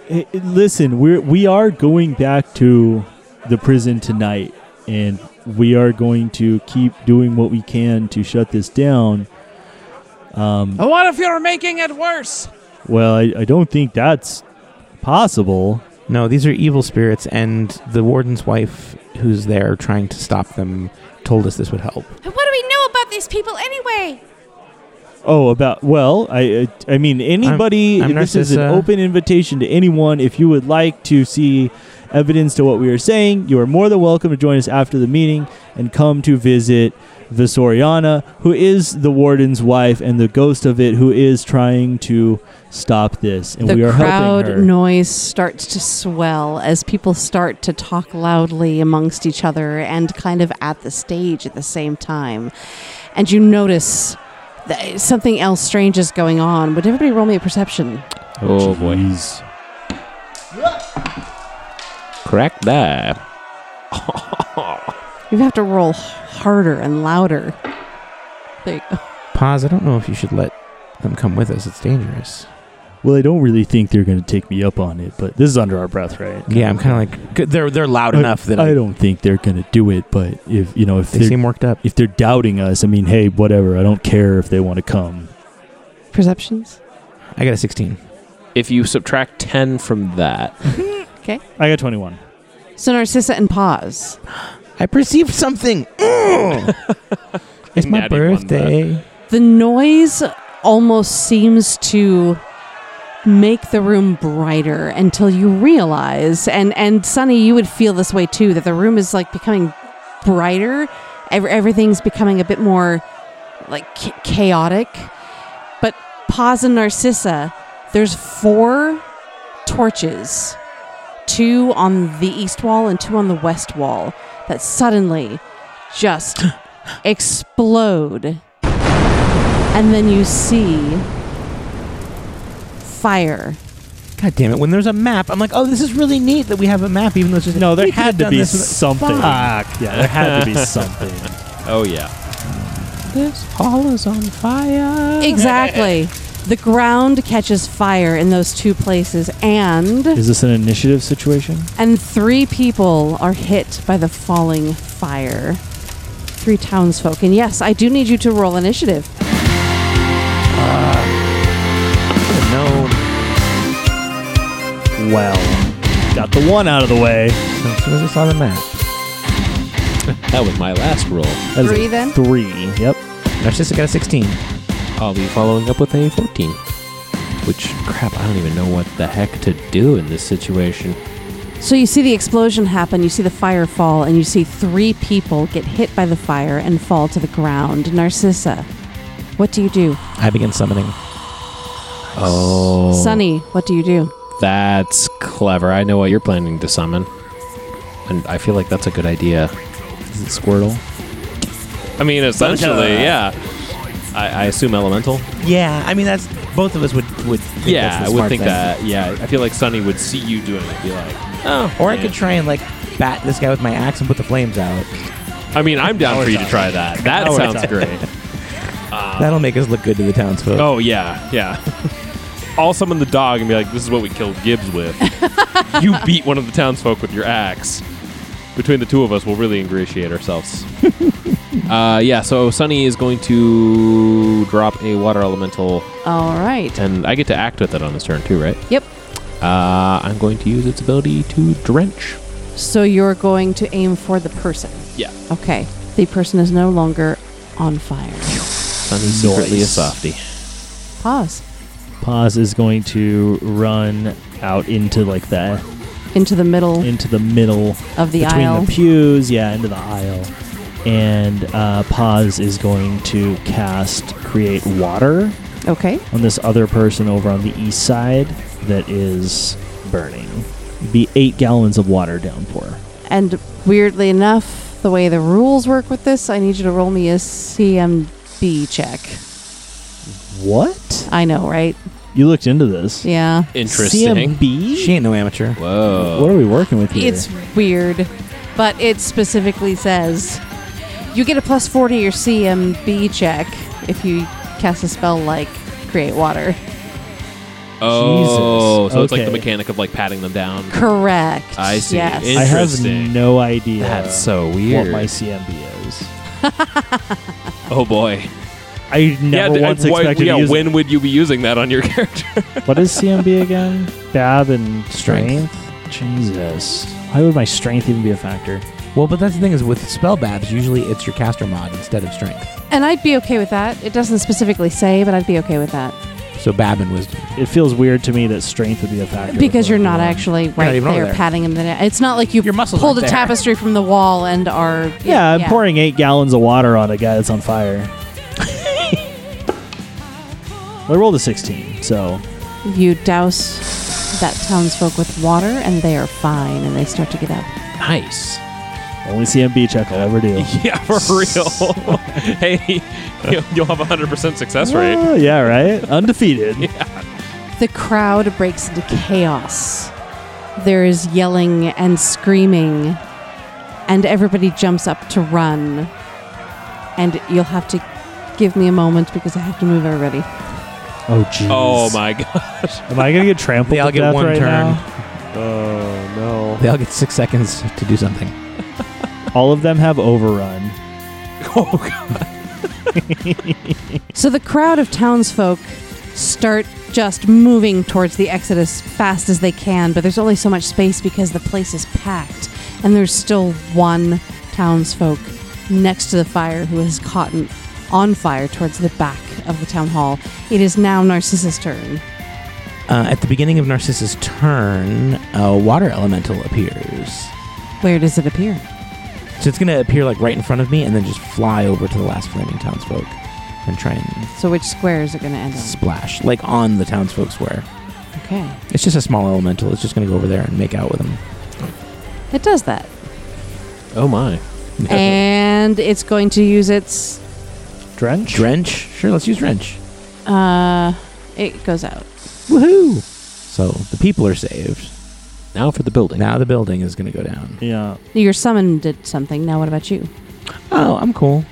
Speaker 1: Eh, eh, listen we're we are going back to the prison tonight and we are going to keep doing what we can to shut this down um,
Speaker 8: And What if you're making it worse?
Speaker 1: well I, I don't think that's possible
Speaker 2: No, these are evil spirits, and the warden's wife, who's there trying to stop them, told us this would help.
Speaker 9: What do we know about these people anyway?
Speaker 1: Oh, about well, I I, I mean anybody.
Speaker 2: I'm uh,
Speaker 1: this is an
Speaker 2: Narcissa.
Speaker 1: open invitation to anyone. If you would like to see evidence to what we are saying, you are more than welcome to join us after the meeting and come to visit Visoriana, who is the warden's wife and the ghost of it, who is trying to stop this, and we
Speaker 3: the
Speaker 1: are
Speaker 3: crowd
Speaker 1: helping her.
Speaker 3: noise starts to swell as people start to talk loudly amongst each other and kind of at the stage at the same time. And you notice that something else strange is going on. Would everybody roll me a perception?
Speaker 4: Oh, boy.
Speaker 1: jeez.
Speaker 4: Crack that.
Speaker 3: You have to roll harder and louder. There you go.
Speaker 2: Pause. I don't know if you should let them come with us. It's dangerous.
Speaker 1: Well, I don't really think they're going to take me up on it, but this is under our breath, right?
Speaker 2: Yeah, I'm kind of like good- they're they're loud
Speaker 1: I-
Speaker 2: enough that
Speaker 1: I don't think they're going to do it, but if you know if
Speaker 2: they
Speaker 1: they're-
Speaker 2: seem worked up.
Speaker 1: if they're doubting us, I mean, hey, whatever. I don't care if they want to come.
Speaker 3: Perceptions?
Speaker 2: I got a 16.
Speaker 4: If you subtract 10 from that,
Speaker 1: I got 21.
Speaker 3: So Narcissa and Pause.
Speaker 2: I perceived something. Mm. it's my
Speaker 4: Natty won that.
Speaker 2: birthday.
Speaker 3: The noise almost seems to make the room brighter until you realize and and Sonny you would feel this way too that the room is like becoming brighter Ev- everything's becoming a bit more like cha- chaotic but Paz and Narcissa there's four torches two on the east wall and two on the west wall that suddenly just explode and then you see fire
Speaker 2: God damn it! When there's a map, I'm like, oh, this is really neat that we have a map, even though it's just
Speaker 1: No, there
Speaker 2: we could have
Speaker 1: had to
Speaker 2: done
Speaker 1: be
Speaker 2: this with-
Speaker 1: something.
Speaker 2: Fuck.
Speaker 1: Yeah, there had to be something.
Speaker 4: Oh yeah.
Speaker 2: This hall is on fire.
Speaker 3: Exactly. the ground catches fire in those two places, and
Speaker 1: Is this an initiative situation?
Speaker 3: and three people are hit by the falling fire. Three townsfolk, and yes, I do need you to roll initiative.
Speaker 2: No,
Speaker 1: Well, got the one out of the way.
Speaker 2: as soon as I saw the map,
Speaker 4: That was my last roll.
Speaker 1: That is a
Speaker 3: Three, then?
Speaker 1: Three. Yep.
Speaker 2: Narcissa got a 16.
Speaker 4: I'll be following up with a 14. Which, crap, I don't even know what the heck to do in this situation.
Speaker 3: So you see the explosion happen, you see the fire fall, and you see three people get hit by the fire and fall to the ground. Narcissa, what do you do?
Speaker 2: I begin summoning.
Speaker 4: Oh.
Speaker 3: Sunny, what do you do?
Speaker 4: That's clever. I know what you're planning to summon. And I feel like that's a good idea.
Speaker 1: Is it Squirtle?
Speaker 4: I mean, essentially, yeah. I, I assume elemental.
Speaker 2: Yeah, I mean that's both of us would would. Think
Speaker 4: yeah,
Speaker 2: that's
Speaker 4: I
Speaker 2: the
Speaker 4: would
Speaker 2: smart
Speaker 4: think
Speaker 2: thing.
Speaker 4: that. Yeah, I feel like Sunny would see you doing it. Be like, oh.
Speaker 2: Or I
Speaker 4: yeah.
Speaker 2: could try and like bat this guy with my axe and put the flames out.
Speaker 4: I mean, I'm down for you to try that. That
Speaker 1: Power
Speaker 4: sounds
Speaker 1: time.
Speaker 4: great.
Speaker 2: That'll make us look good to the townsfolk.
Speaker 4: Uh. Oh yeah, yeah. I'll summon the dog and be like, "This is what we killed Gibbs with. you beat one of the townsfolk with your axe. Between the two of us, we'll really ingratiate ourselves." uh, yeah. So Sunny is going to drop a water elemental,
Speaker 3: All right.
Speaker 4: and I get to act with it on this turn too, right?
Speaker 3: Yep.
Speaker 4: Uh, I'm going to use its ability to drench.
Speaker 3: So you're going to aim for the person.
Speaker 4: Yeah.
Speaker 3: Okay. The person is no longer on fire.
Speaker 4: Sunny's secretly a
Speaker 1: Nice.
Speaker 4: softy.
Speaker 3: Pause.
Speaker 1: Paz is going to run out into like the
Speaker 3: Into the middle
Speaker 1: into the middle
Speaker 3: of the
Speaker 1: between
Speaker 2: Oh.
Speaker 3: aisle.
Speaker 1: the pews, yeah, into the aisle. And uh, Paz is going to cast create water
Speaker 3: okay.
Speaker 1: on this other person over on the east side that is burning. It'd be eight gallons of water downpour.
Speaker 3: And weirdly enough, the way the rules work with this, I need you to roll me a CMB check.
Speaker 1: What?
Speaker 3: I know, right?
Speaker 1: You looked into this?
Speaker 3: Yeah.
Speaker 4: Interesting.
Speaker 1: CMB?
Speaker 2: She ain't no amateur.
Speaker 4: Whoa.
Speaker 1: What are we working with here?
Speaker 3: It's weird, but it specifically says you get a plus 4 to your CMB check if you cast a spell like Create Water.
Speaker 4: Oh,
Speaker 1: Jesus.
Speaker 4: so it's like the
Speaker 1: Okay.
Speaker 4: mechanic of like patting them down.
Speaker 3: Correct.
Speaker 4: I see.
Speaker 3: Yes.
Speaker 1: I have
Speaker 4: Interesting.
Speaker 1: no idea
Speaker 4: That's so
Speaker 1: what
Speaker 4: weird.
Speaker 1: my CMB is.
Speaker 4: oh boy.
Speaker 1: I never
Speaker 4: d-
Speaker 1: once
Speaker 4: why-
Speaker 1: expected
Speaker 4: yeah,
Speaker 1: to use
Speaker 4: when would you be using that on your character?
Speaker 1: What is CMB again? Bab and
Speaker 2: Strength.
Speaker 1: strength. Jesus. Why would my strength even be a factor?
Speaker 2: Well, but that's the thing is with spell babs, usually it's your caster mod instead of strength.
Speaker 3: And I'd be okay with that. It doesn't specifically say, but I'd be okay with that
Speaker 2: So bab and wisdom.
Speaker 1: It feels weird to me that strength would be a factor.
Speaker 3: because you're not
Speaker 1: Um,
Speaker 3: actually right
Speaker 2: even over
Speaker 3: there,
Speaker 2: there.
Speaker 3: patting him. The na- it's not like you
Speaker 2: Your muscles
Speaker 3: pulled a
Speaker 2: aren't there.
Speaker 3: tapestry from the wall and are
Speaker 1: Yeah, I'm pouring eight gallons of water on a guy that's on fire. well, I rolled a 16, so
Speaker 3: You douse that townsfolk with water, and they are fine, and they start to get up.
Speaker 4: Nice.
Speaker 1: only CMB check I'll ever do.
Speaker 4: Yeah, for real. hey, you'll, you'll have a hundred percent success rate.
Speaker 1: Oh, yeah, right? Undefeated.
Speaker 3: The crowd breaks into chaos. There is yelling and screaming, and everybody jumps up to run. And you'll have to give me a moment because I have to move everybody.
Speaker 1: Oh, jeez.
Speaker 4: Oh my god.
Speaker 1: Am I going to get trampled
Speaker 2: They all
Speaker 1: to
Speaker 2: get
Speaker 1: death
Speaker 2: one
Speaker 1: right
Speaker 2: turn.
Speaker 1: now?
Speaker 2: They all get six seconds to do something.
Speaker 1: All of them have overrun.
Speaker 3: So the crowd of townsfolk start just moving towards the exit as fast as they can, but there's only so much space because the place is packed, and there's still one townsfolk next to the fire who has caught an- on fire towards the back of the town hall. It is now Narcissus' turn.
Speaker 2: Uh, at the beginning of Narcissa's turn, a water elemental appears.
Speaker 3: Where does it appear?
Speaker 2: So it's going to appear like right in front of me and then just fly over to the last flaming townsfolk and try and
Speaker 3: So which squares are going to end on?
Speaker 2: splash, like on the townsfolk square.
Speaker 3: Okay,
Speaker 2: It's just a small elemental. It's just going to go over there and make out with him.
Speaker 3: it does that,
Speaker 4: Oh my.
Speaker 3: and it's going to use its.
Speaker 1: Drench?
Speaker 2: Drench? Sure, let's use Drench.
Speaker 3: Uh, it goes out.
Speaker 2: Woohoo! So the people are saved.
Speaker 4: Now for the building.
Speaker 2: Now the building is going to go down.
Speaker 1: Yeah.
Speaker 3: Your summon did something. Now, what about you?
Speaker 2: Oh, I'm cool.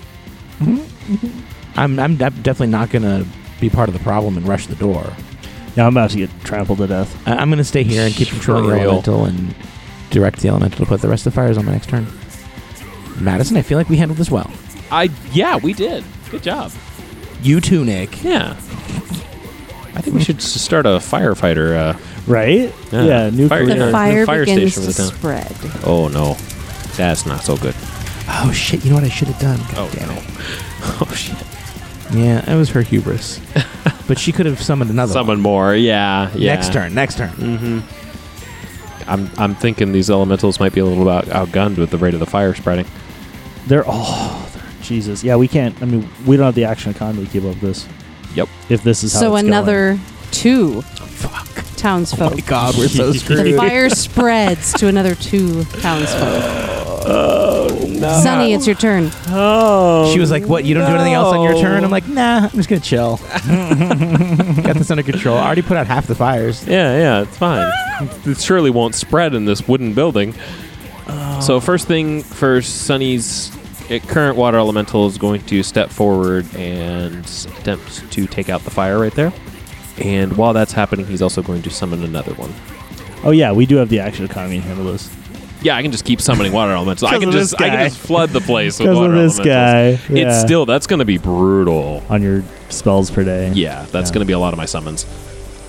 Speaker 2: Mm-hmm. I'm, I'm de- definitely not going to be part of the problem and rush the door.
Speaker 1: Yeah, I'm about to get trampled to death.
Speaker 2: I- I'm going to stay here and keep controlling the
Speaker 4: Real.
Speaker 2: elemental and direct the elemental to put the rest of the fires on my next turn. Madison, I feel like we handled this well.
Speaker 4: I yeah, we did. Good job.
Speaker 2: You too, Nick.
Speaker 4: Yeah. I think we should s- start a firefighter. Uh,
Speaker 1: Right?
Speaker 4: Yeah.
Speaker 1: Yeah, new
Speaker 4: Fire-
Speaker 1: career.
Speaker 3: The
Speaker 4: Yeah,
Speaker 3: fire,
Speaker 4: the fire
Speaker 3: begins
Speaker 4: station
Speaker 3: to
Speaker 4: was down.
Speaker 3: spread.
Speaker 4: oh no, that's not so good.
Speaker 2: Oh shit! You know what I should have done? God
Speaker 4: Oh
Speaker 2: damn
Speaker 4: no.
Speaker 2: it.
Speaker 4: Oh shit.
Speaker 2: Yeah, it was her hubris. but she could have summoned another.
Speaker 4: Summon more. Yeah. Yeah. Mm-hmm.
Speaker 2: one. Next turn. Next turn.
Speaker 4: I'm I'm thinking these elementals might be a little out, outgunned with the rate of the fire spreading.
Speaker 1: They're oh they're- Jesus. Yeah, we can't I mean we don't have the action economy to keep up with this.
Speaker 4: Yep.
Speaker 1: If this is how
Speaker 3: So
Speaker 1: it's going.
Speaker 3: another two townsfolk.
Speaker 2: Oh my god, we're so
Speaker 3: the
Speaker 2: screwed.
Speaker 3: fire spreads to another two townsfolk.
Speaker 4: No.
Speaker 3: Sunny, it's your turn.
Speaker 1: Oh
Speaker 2: She was like, "What? You don't do anything else on your
Speaker 4: no.
Speaker 2: turn?" I'm like, "Nah, I'm just gonna chill. Got this under control. I already put out half the fires.
Speaker 4: Yeah, yeah, it's fine. It surely won't spread in this wooden building.
Speaker 1: Oh.
Speaker 4: So first thing for Sunny's uh, current water elemental is going to step forward and attempt to take out the fire right there. And while that's happening, he's also going to summon another one.
Speaker 1: Oh yeah, we do have the action economy to handle this.
Speaker 4: Yeah, I can just keep summoning water elementals. I
Speaker 1: 'Cause
Speaker 4: can
Speaker 1: of
Speaker 4: just
Speaker 1: this guy.
Speaker 4: I can just flood the place with
Speaker 1: 'Cause of
Speaker 4: water
Speaker 1: this
Speaker 4: elementals.
Speaker 1: guy, yeah.
Speaker 4: It's still that's going to be brutal.
Speaker 1: On your spells per day.
Speaker 4: Yeah, that's
Speaker 1: Yeah.
Speaker 4: going to be a lot of my summons.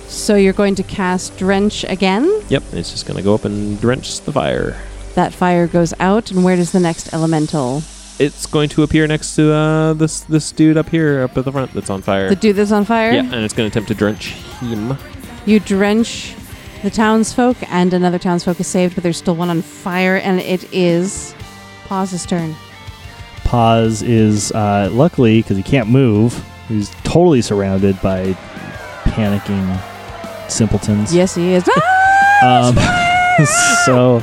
Speaker 3: So you're going to cast Drench again.
Speaker 4: Yep, it's just going to go up and drench the fire.
Speaker 3: That fire goes out, and where does the next elemental?
Speaker 4: it's going to appear next to uh, this this dude up here, up at the front, that's on fire.
Speaker 3: The dude that's on fire?
Speaker 4: yeah, and it's going to attempt to drench him.
Speaker 3: You drench the townsfolk, and another townsfolk is saved, but there's still one on fire, and it is Paws's turn.
Speaker 1: Paz is uh, luckily because he can't move. He's totally surrounded by panicking simpletons.
Speaker 3: Yes, he is. Ah!
Speaker 1: Um, so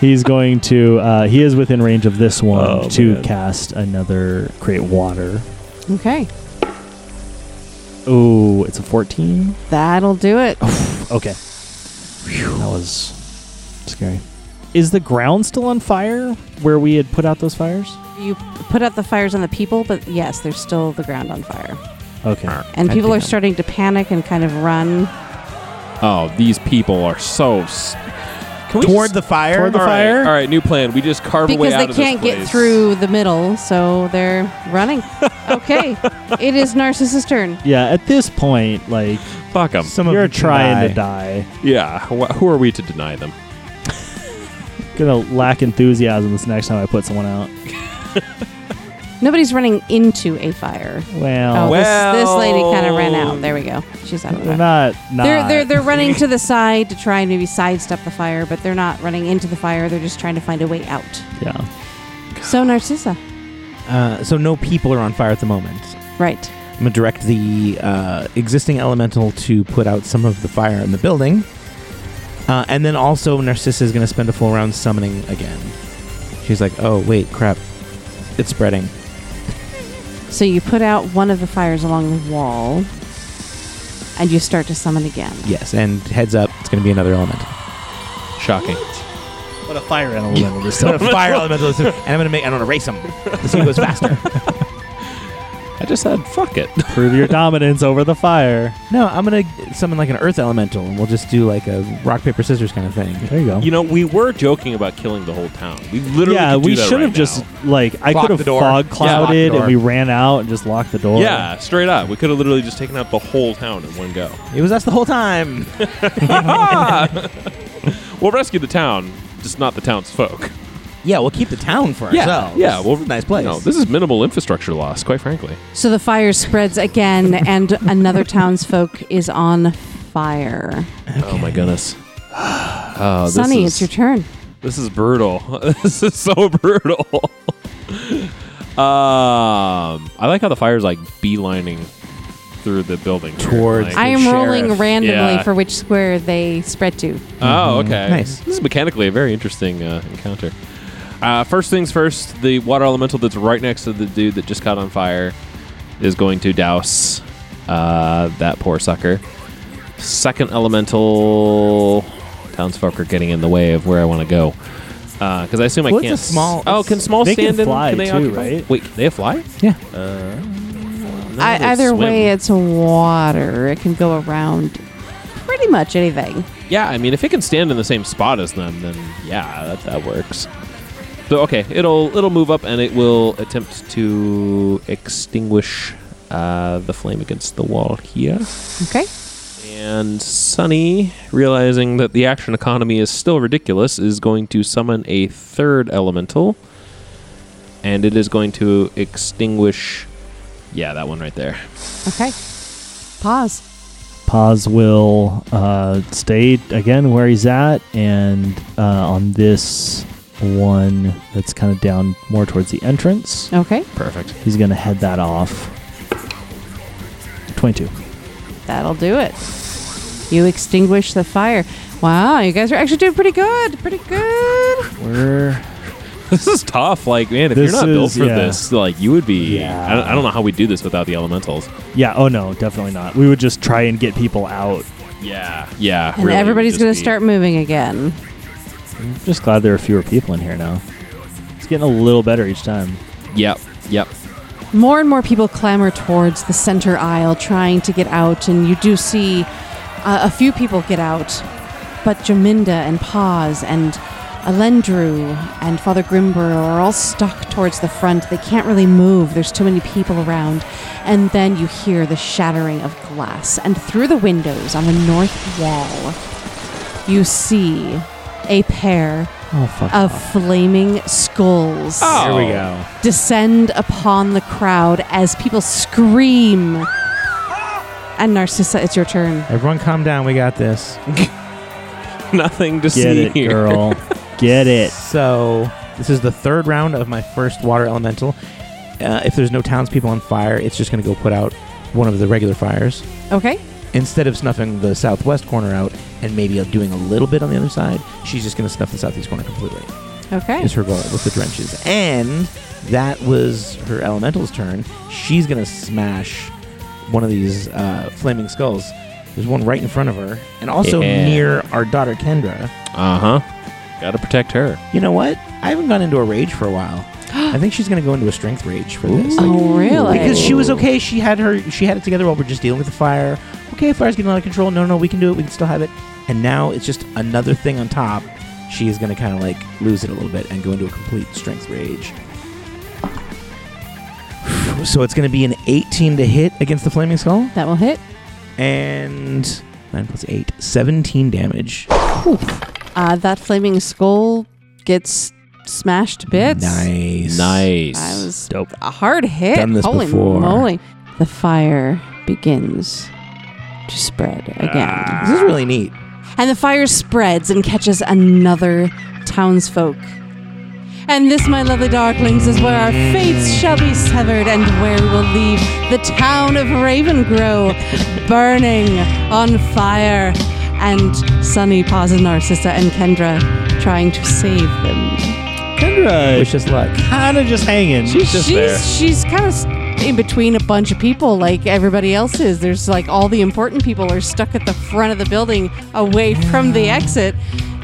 Speaker 1: he's going to. Uh, he is within range of this one
Speaker 4: Oh,
Speaker 1: to
Speaker 4: man.
Speaker 1: cast another create water.
Speaker 3: okay,
Speaker 1: Oh, it's a fourteen.
Speaker 3: that'll do it.
Speaker 1: Okay, that was scary. Is the ground still on fire where we had put out those fires?
Speaker 3: You put out the fires on the people, but yes, there's still the ground on fire.
Speaker 1: Okay.
Speaker 3: And
Speaker 2: God
Speaker 3: people are
Speaker 2: damn.
Speaker 3: starting to panic and kind of run.
Speaker 4: Oh, these people are so. S- Can we
Speaker 2: Toward
Speaker 4: just-
Speaker 2: the fire.
Speaker 1: Toward the
Speaker 4: All right,
Speaker 1: fire?
Speaker 4: all right, new plan. We just carve away
Speaker 3: because
Speaker 4: out
Speaker 3: they
Speaker 4: of this
Speaker 3: can't get
Speaker 4: place.
Speaker 3: through the middle, so they're running. okay, it is Narcissus' turn.
Speaker 1: Yeah. At this point, like
Speaker 4: Fuck them.
Speaker 2: Some
Speaker 1: you're
Speaker 2: them can
Speaker 1: trying to
Speaker 2: die.
Speaker 1: die.
Speaker 4: Yeah, wh- who are we to deny them?
Speaker 1: Gonna lack enthusiasm this next time I put someone out.
Speaker 3: Nobody's running into a fire.
Speaker 1: Well,
Speaker 3: Oh, this, this lady
Speaker 4: Well-
Speaker 3: kind of ran out. There we go. She's out of the
Speaker 1: they're
Speaker 3: fire.
Speaker 1: not. not
Speaker 3: They're, they're, they're running to the side to try and maybe sidestep the fire, but they're not running into the fire. They're just trying to find a way out.
Speaker 1: yeah.
Speaker 3: So, Narcissa.
Speaker 2: Uh, so no people are on fire at the moment.
Speaker 3: Right.
Speaker 2: I'm gonna direct the uh, existing elemental to put out some of the fire in the building, uh, and then also Narcissa is gonna spend a full round summoning again. She's like, "Oh wait, crap, it's spreading."
Speaker 3: So, you put out one of the fires along the wall, and you start to summon again.
Speaker 2: Yes, and heads up, it's gonna be another elemental.
Speaker 4: Shocking.
Speaker 1: What a fire animal this time.
Speaker 2: fire elemental, and I'm gonna make. I'm gonna race him. This one goes faster.
Speaker 4: I just said fuck it.
Speaker 1: Prove your dominance over the fire.
Speaker 2: No, I'm gonna summon like an earth elemental, and we'll just do like a rock paper scissors kind of thing.
Speaker 1: There you go.
Speaker 4: You know, we were joking about killing the whole town. We literally
Speaker 1: yeah,
Speaker 4: could do
Speaker 1: we
Speaker 4: that
Speaker 1: should
Speaker 4: right
Speaker 1: have just
Speaker 4: now.
Speaker 1: like I
Speaker 2: Lock
Speaker 1: could
Speaker 2: the
Speaker 1: have
Speaker 2: door.
Speaker 1: fog clouded
Speaker 2: door.
Speaker 1: and we ran out and just locked the door.
Speaker 4: Yeah, straight up. We could have literally just taken out the whole town in one go.
Speaker 2: It was us the whole time.
Speaker 4: We'll rescue the town, just not the townsfolk.
Speaker 2: yeah, we'll keep the town for
Speaker 4: Yeah,
Speaker 2: ourselves.
Speaker 4: yeah, well,
Speaker 2: it's a nice place.
Speaker 4: No, this is minimal infrastructure loss, quite frankly.
Speaker 3: So, the fire spreads again, and another townsfolk is on fire.
Speaker 4: Oh my goodness. Oh, this
Speaker 3: Sunny,
Speaker 4: is,
Speaker 3: it's your turn.
Speaker 4: This is brutal. this is so brutal. um, I like how the fire's like beelining through the building here.
Speaker 2: Towards
Speaker 4: Like-
Speaker 3: I am rolling
Speaker 2: sheriff.
Speaker 3: randomly
Speaker 4: Yeah.
Speaker 3: for which square they spread to.
Speaker 4: oh, okay.
Speaker 2: Mm-hmm. Nice.
Speaker 4: This is mechanically a very interesting uh, encounter. Uh, first things first, the water elemental that's right next to the dude that just caught on fire is going to douse uh, that poor sucker. second elemental townsfolk are getting in the way of where I want to go. Because I assume
Speaker 2: Well,
Speaker 4: I
Speaker 2: it's
Speaker 4: can't.
Speaker 2: a small-
Speaker 4: oh,
Speaker 2: it's-
Speaker 4: can small
Speaker 1: they can
Speaker 4: stand in?
Speaker 1: fly
Speaker 4: can they
Speaker 1: too,
Speaker 4: occupy-
Speaker 1: right?
Speaker 4: Wait, they fly?
Speaker 2: Yeah.
Speaker 4: Uh, no,
Speaker 3: I,
Speaker 4: they
Speaker 3: either
Speaker 4: swim.
Speaker 3: way, it's water. It can go around pretty much anything.
Speaker 4: Yeah, I mean, if it can stand in the same spot as them, then yeah, that, that works. So okay, it'll it'll move up and it will attempt to extinguish uh, the flame against the wall here.
Speaker 3: Okay.
Speaker 4: And Sunny, realizing that the action economy is still ridiculous, is going to summon a third elemental, and it is going to extinguish. Yeah, that one right there.
Speaker 3: Okay. Pause.
Speaker 1: Paz will uh, stay again where he's at, and uh, on this one that's kind of down more towards the entrance,
Speaker 3: Okay.
Speaker 4: Perfect.
Speaker 1: he's going to head that off. 22.
Speaker 3: That'll do it. You extinguish the fire. Wow, you guys are actually doing pretty good. Pretty good.
Speaker 1: We're
Speaker 4: This is tough. Like, man, if
Speaker 1: This
Speaker 4: you're not built
Speaker 1: is-
Speaker 4: for
Speaker 1: yeah.
Speaker 4: this, like, you would be.
Speaker 1: Yeah.
Speaker 4: I, don't, I don't know how we do this without the elementals.
Speaker 1: yeah. Oh no, definitely not. We would just try and get people out.
Speaker 4: Yeah. Yeah.
Speaker 3: And everybody's going to start moving again.
Speaker 1: Just glad there are fewer people in here now. It's getting a little better each time.
Speaker 4: Yep. Yep.
Speaker 3: More and more people clamber towards the center aisle trying to get out, and you do see uh, a few people get out. But Jaminda and Paz and Alendru and Father Grimber are all stuck towards the front. They can't really move, there's too many people around. And then you hear the shattering of glass, and through the windows on the north wall, you see a pair
Speaker 1: Oh fuck.
Speaker 3: of flaming skulls
Speaker 4: Oh.
Speaker 2: Here we go.
Speaker 3: descend upon the crowd as people scream. And Narcissa, it's your turn.
Speaker 2: Everyone calm down. We got this.
Speaker 4: Nothing to
Speaker 1: Get
Speaker 4: see
Speaker 1: it,
Speaker 4: here.
Speaker 1: girl. Get it.
Speaker 2: So, this is the third round of my first water elemental. Uh, if there's no townspeople on fire, it's just going to go put out one of the regular fires.
Speaker 3: Okay.
Speaker 2: Instead of snuffing the southwest corner out and maybe doing a little bit on the other side, she's just going to snuff the southeast corner completely.
Speaker 3: Okay.
Speaker 2: Is her goal with the drenches. And that was her elemental's turn. She's going to smash one of these uh, flaming skulls. There's one right in front of her, and also
Speaker 4: Yeah.
Speaker 2: near our daughter Kendra.
Speaker 4: Uh huh. Got to protect her.
Speaker 2: You know what? I haven't gone into a rage for a while. I think she's gonna go into a strength rage for this. Like,
Speaker 3: Oh, really?
Speaker 2: because she was okay. She had her. She had it together while we're just dealing with the fire. Okay, fire's getting out of control. No, no, we can do it. We can still have it. And now it's just another thing on top. She is gonna kind of like lose it a little bit and go into a complete strength rage. So it's gonna be an 18 to hit against the flaming skull
Speaker 3: That will hit.
Speaker 2: and. 9 plus 8, 17 damage.
Speaker 3: Uh, that flaming skull gets smashed to bits.
Speaker 2: nice.
Speaker 4: Nice.
Speaker 3: That was
Speaker 1: Dope.
Speaker 3: a hard hit.
Speaker 2: Done this
Speaker 3: Holy
Speaker 2: before.
Speaker 3: moly. The fire begins to spread again.
Speaker 2: This is really neat.
Speaker 3: And the fire spreads and catches another townsfolk. And this, my lovely darklings, is where our fates shall be severed and where we will leave the town of Ravengrow burning on fire. And Sunny, Paz, and Narcissa and Kendra trying to save them.
Speaker 1: Kendra
Speaker 2: Wish us luck.
Speaker 1: kind of just hanging.
Speaker 4: She's just there.
Speaker 3: she's she's kind of in between a bunch of people like everybody else is. There's like all the important people are stuck at the front of the building away from the exit,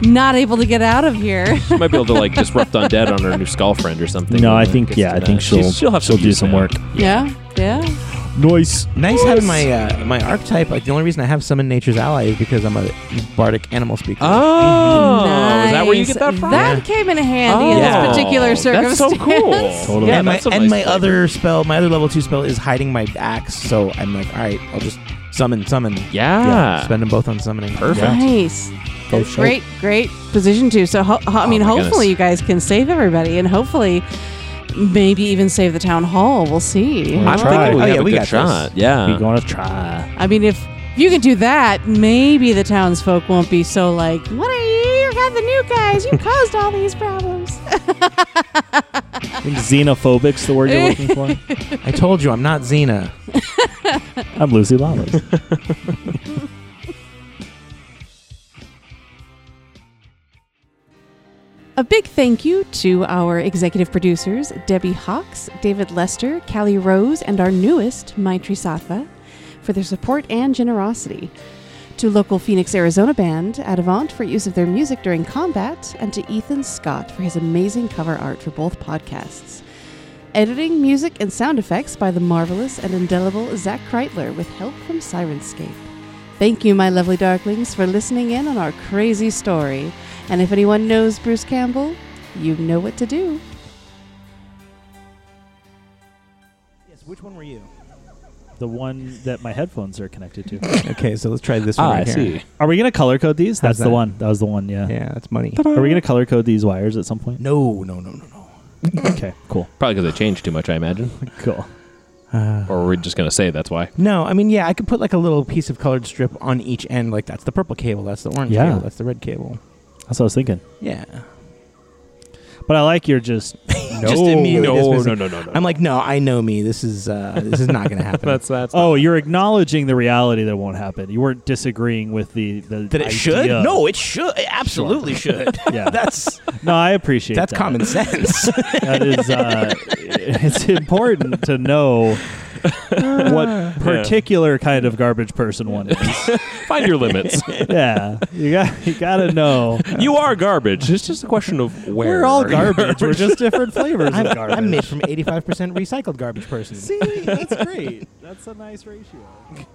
Speaker 3: not able to get out of here.
Speaker 4: She might be able to like disrupt undead on her new skull friend or something.
Speaker 1: No,
Speaker 4: when
Speaker 1: I
Speaker 4: it
Speaker 1: think
Speaker 4: gets
Speaker 1: yeah,
Speaker 4: to
Speaker 1: I
Speaker 4: that.
Speaker 1: think she'll
Speaker 4: she's, she'll have
Speaker 1: she'll
Speaker 4: some
Speaker 1: do
Speaker 4: use
Speaker 1: some
Speaker 4: now.
Speaker 1: work.
Speaker 3: Yeah, yeah.
Speaker 1: Nice.
Speaker 2: Nice having my uh, my archetype. Like the only reason I have summon nature's ally is because I'm a bardic animal speaker.
Speaker 4: Oh, is that where you
Speaker 3: Nice.
Speaker 4: get that from?
Speaker 3: That came in handy in
Speaker 4: Oh,
Speaker 3: this particular circumstance.
Speaker 4: That's so cool.
Speaker 1: Totally.
Speaker 4: Yeah,
Speaker 2: and my,
Speaker 4: that's a
Speaker 2: and
Speaker 4: nice
Speaker 2: my
Speaker 4: flavor.
Speaker 2: other spell, my other level two spell is hiding my axe. So I'm like, all right, I'll just summon, summon.
Speaker 4: Yeah.
Speaker 2: spend them both on summoning.
Speaker 4: Perfect.
Speaker 3: Nice.
Speaker 2: Go show.
Speaker 3: Great, great position too. So ho- ho- I
Speaker 4: Oh
Speaker 3: mean,
Speaker 4: my
Speaker 3: hopefully
Speaker 4: goodness.
Speaker 3: you guys can save everybody, and hopefully maybe even save the town hall. We'll see.
Speaker 1: We'll
Speaker 4: I'm
Speaker 1: try.
Speaker 4: thinking we
Speaker 2: Oh,
Speaker 4: have
Speaker 2: yeah,
Speaker 4: a
Speaker 2: we
Speaker 4: good
Speaker 2: got this.
Speaker 4: shot. Yeah.
Speaker 1: We're gonna try.
Speaker 3: I mean, if if you can do that, maybe the townsfolk won't be so like, "What are you? You got the new guys. You caused all these problems."
Speaker 1: I think xenophobic's the word you're looking for.
Speaker 2: I told you, I'm not Xena.
Speaker 1: I'm Lucy Lawless.
Speaker 3: A big thank you to our executive producers, Debbie Hawks, David Lester, Callie Rose, and our newest, Maitri Satha, for their support and generosity. to local Phoenix, Arizona band Adavant for use of their music during combat, and to Ethan Scott for his amazing cover art for both podcasts. Editing, music, and sound effects by the marvelous and indelible Zach Kreitler with help from Sirenscape. Thank you, my lovely darklings, for listening in on our crazy story. And if anyone knows Bruce Campbell, you know what to do.
Speaker 2: Yes, which one were you?
Speaker 1: The one that my headphones are connected to.
Speaker 2: Okay, so let's try this
Speaker 4: Ah,
Speaker 2: one. right here.
Speaker 1: are we gonna color code these?
Speaker 2: How's
Speaker 1: That's the
Speaker 2: that?
Speaker 1: one. That was the one. Yeah.
Speaker 2: Yeah, that's money.
Speaker 1: Are we gonna color code these wires at some point?
Speaker 2: No, no, no, no, no.
Speaker 1: okay. Cool.
Speaker 4: Probably because they changed too much, I imagine.
Speaker 1: Cool.
Speaker 4: Or we're just going to say that's why.
Speaker 2: Uh, No, I mean, yeah, I could put like a little piece of colored strip on each end. Like that's the purple cable, that's the orange
Speaker 1: Yeah.
Speaker 2: cable, that's the red cable.
Speaker 1: That's what I was thinking.
Speaker 2: Yeah.
Speaker 1: But I like your just no.
Speaker 2: Just immediately dismiss it.
Speaker 4: no, no, no.
Speaker 2: I'm like, no, I know me. This is uh, this is not gonna happen.
Speaker 4: that's that's.
Speaker 1: Oh, you're acknowledging the reality that it won't happen. You weren't disagreeing with the the
Speaker 2: that it
Speaker 1: idea.
Speaker 2: should? No, it should. It absolutely should.
Speaker 1: Yeah.
Speaker 2: that's
Speaker 1: no, I appreciate
Speaker 2: that's
Speaker 1: that.
Speaker 2: common sense.
Speaker 1: That is, uh, it's important to know what particular kind of garbage person one is.
Speaker 4: Find your limits.
Speaker 1: Yeah, you got you got to know.
Speaker 4: you are garbage. It's just a question of where.
Speaker 1: We're all garbage. We're just different flavors
Speaker 2: I'm,
Speaker 1: of garbage.
Speaker 2: I'm made from 85% recycled garbage person.
Speaker 1: See, that's great. That's a nice ratio.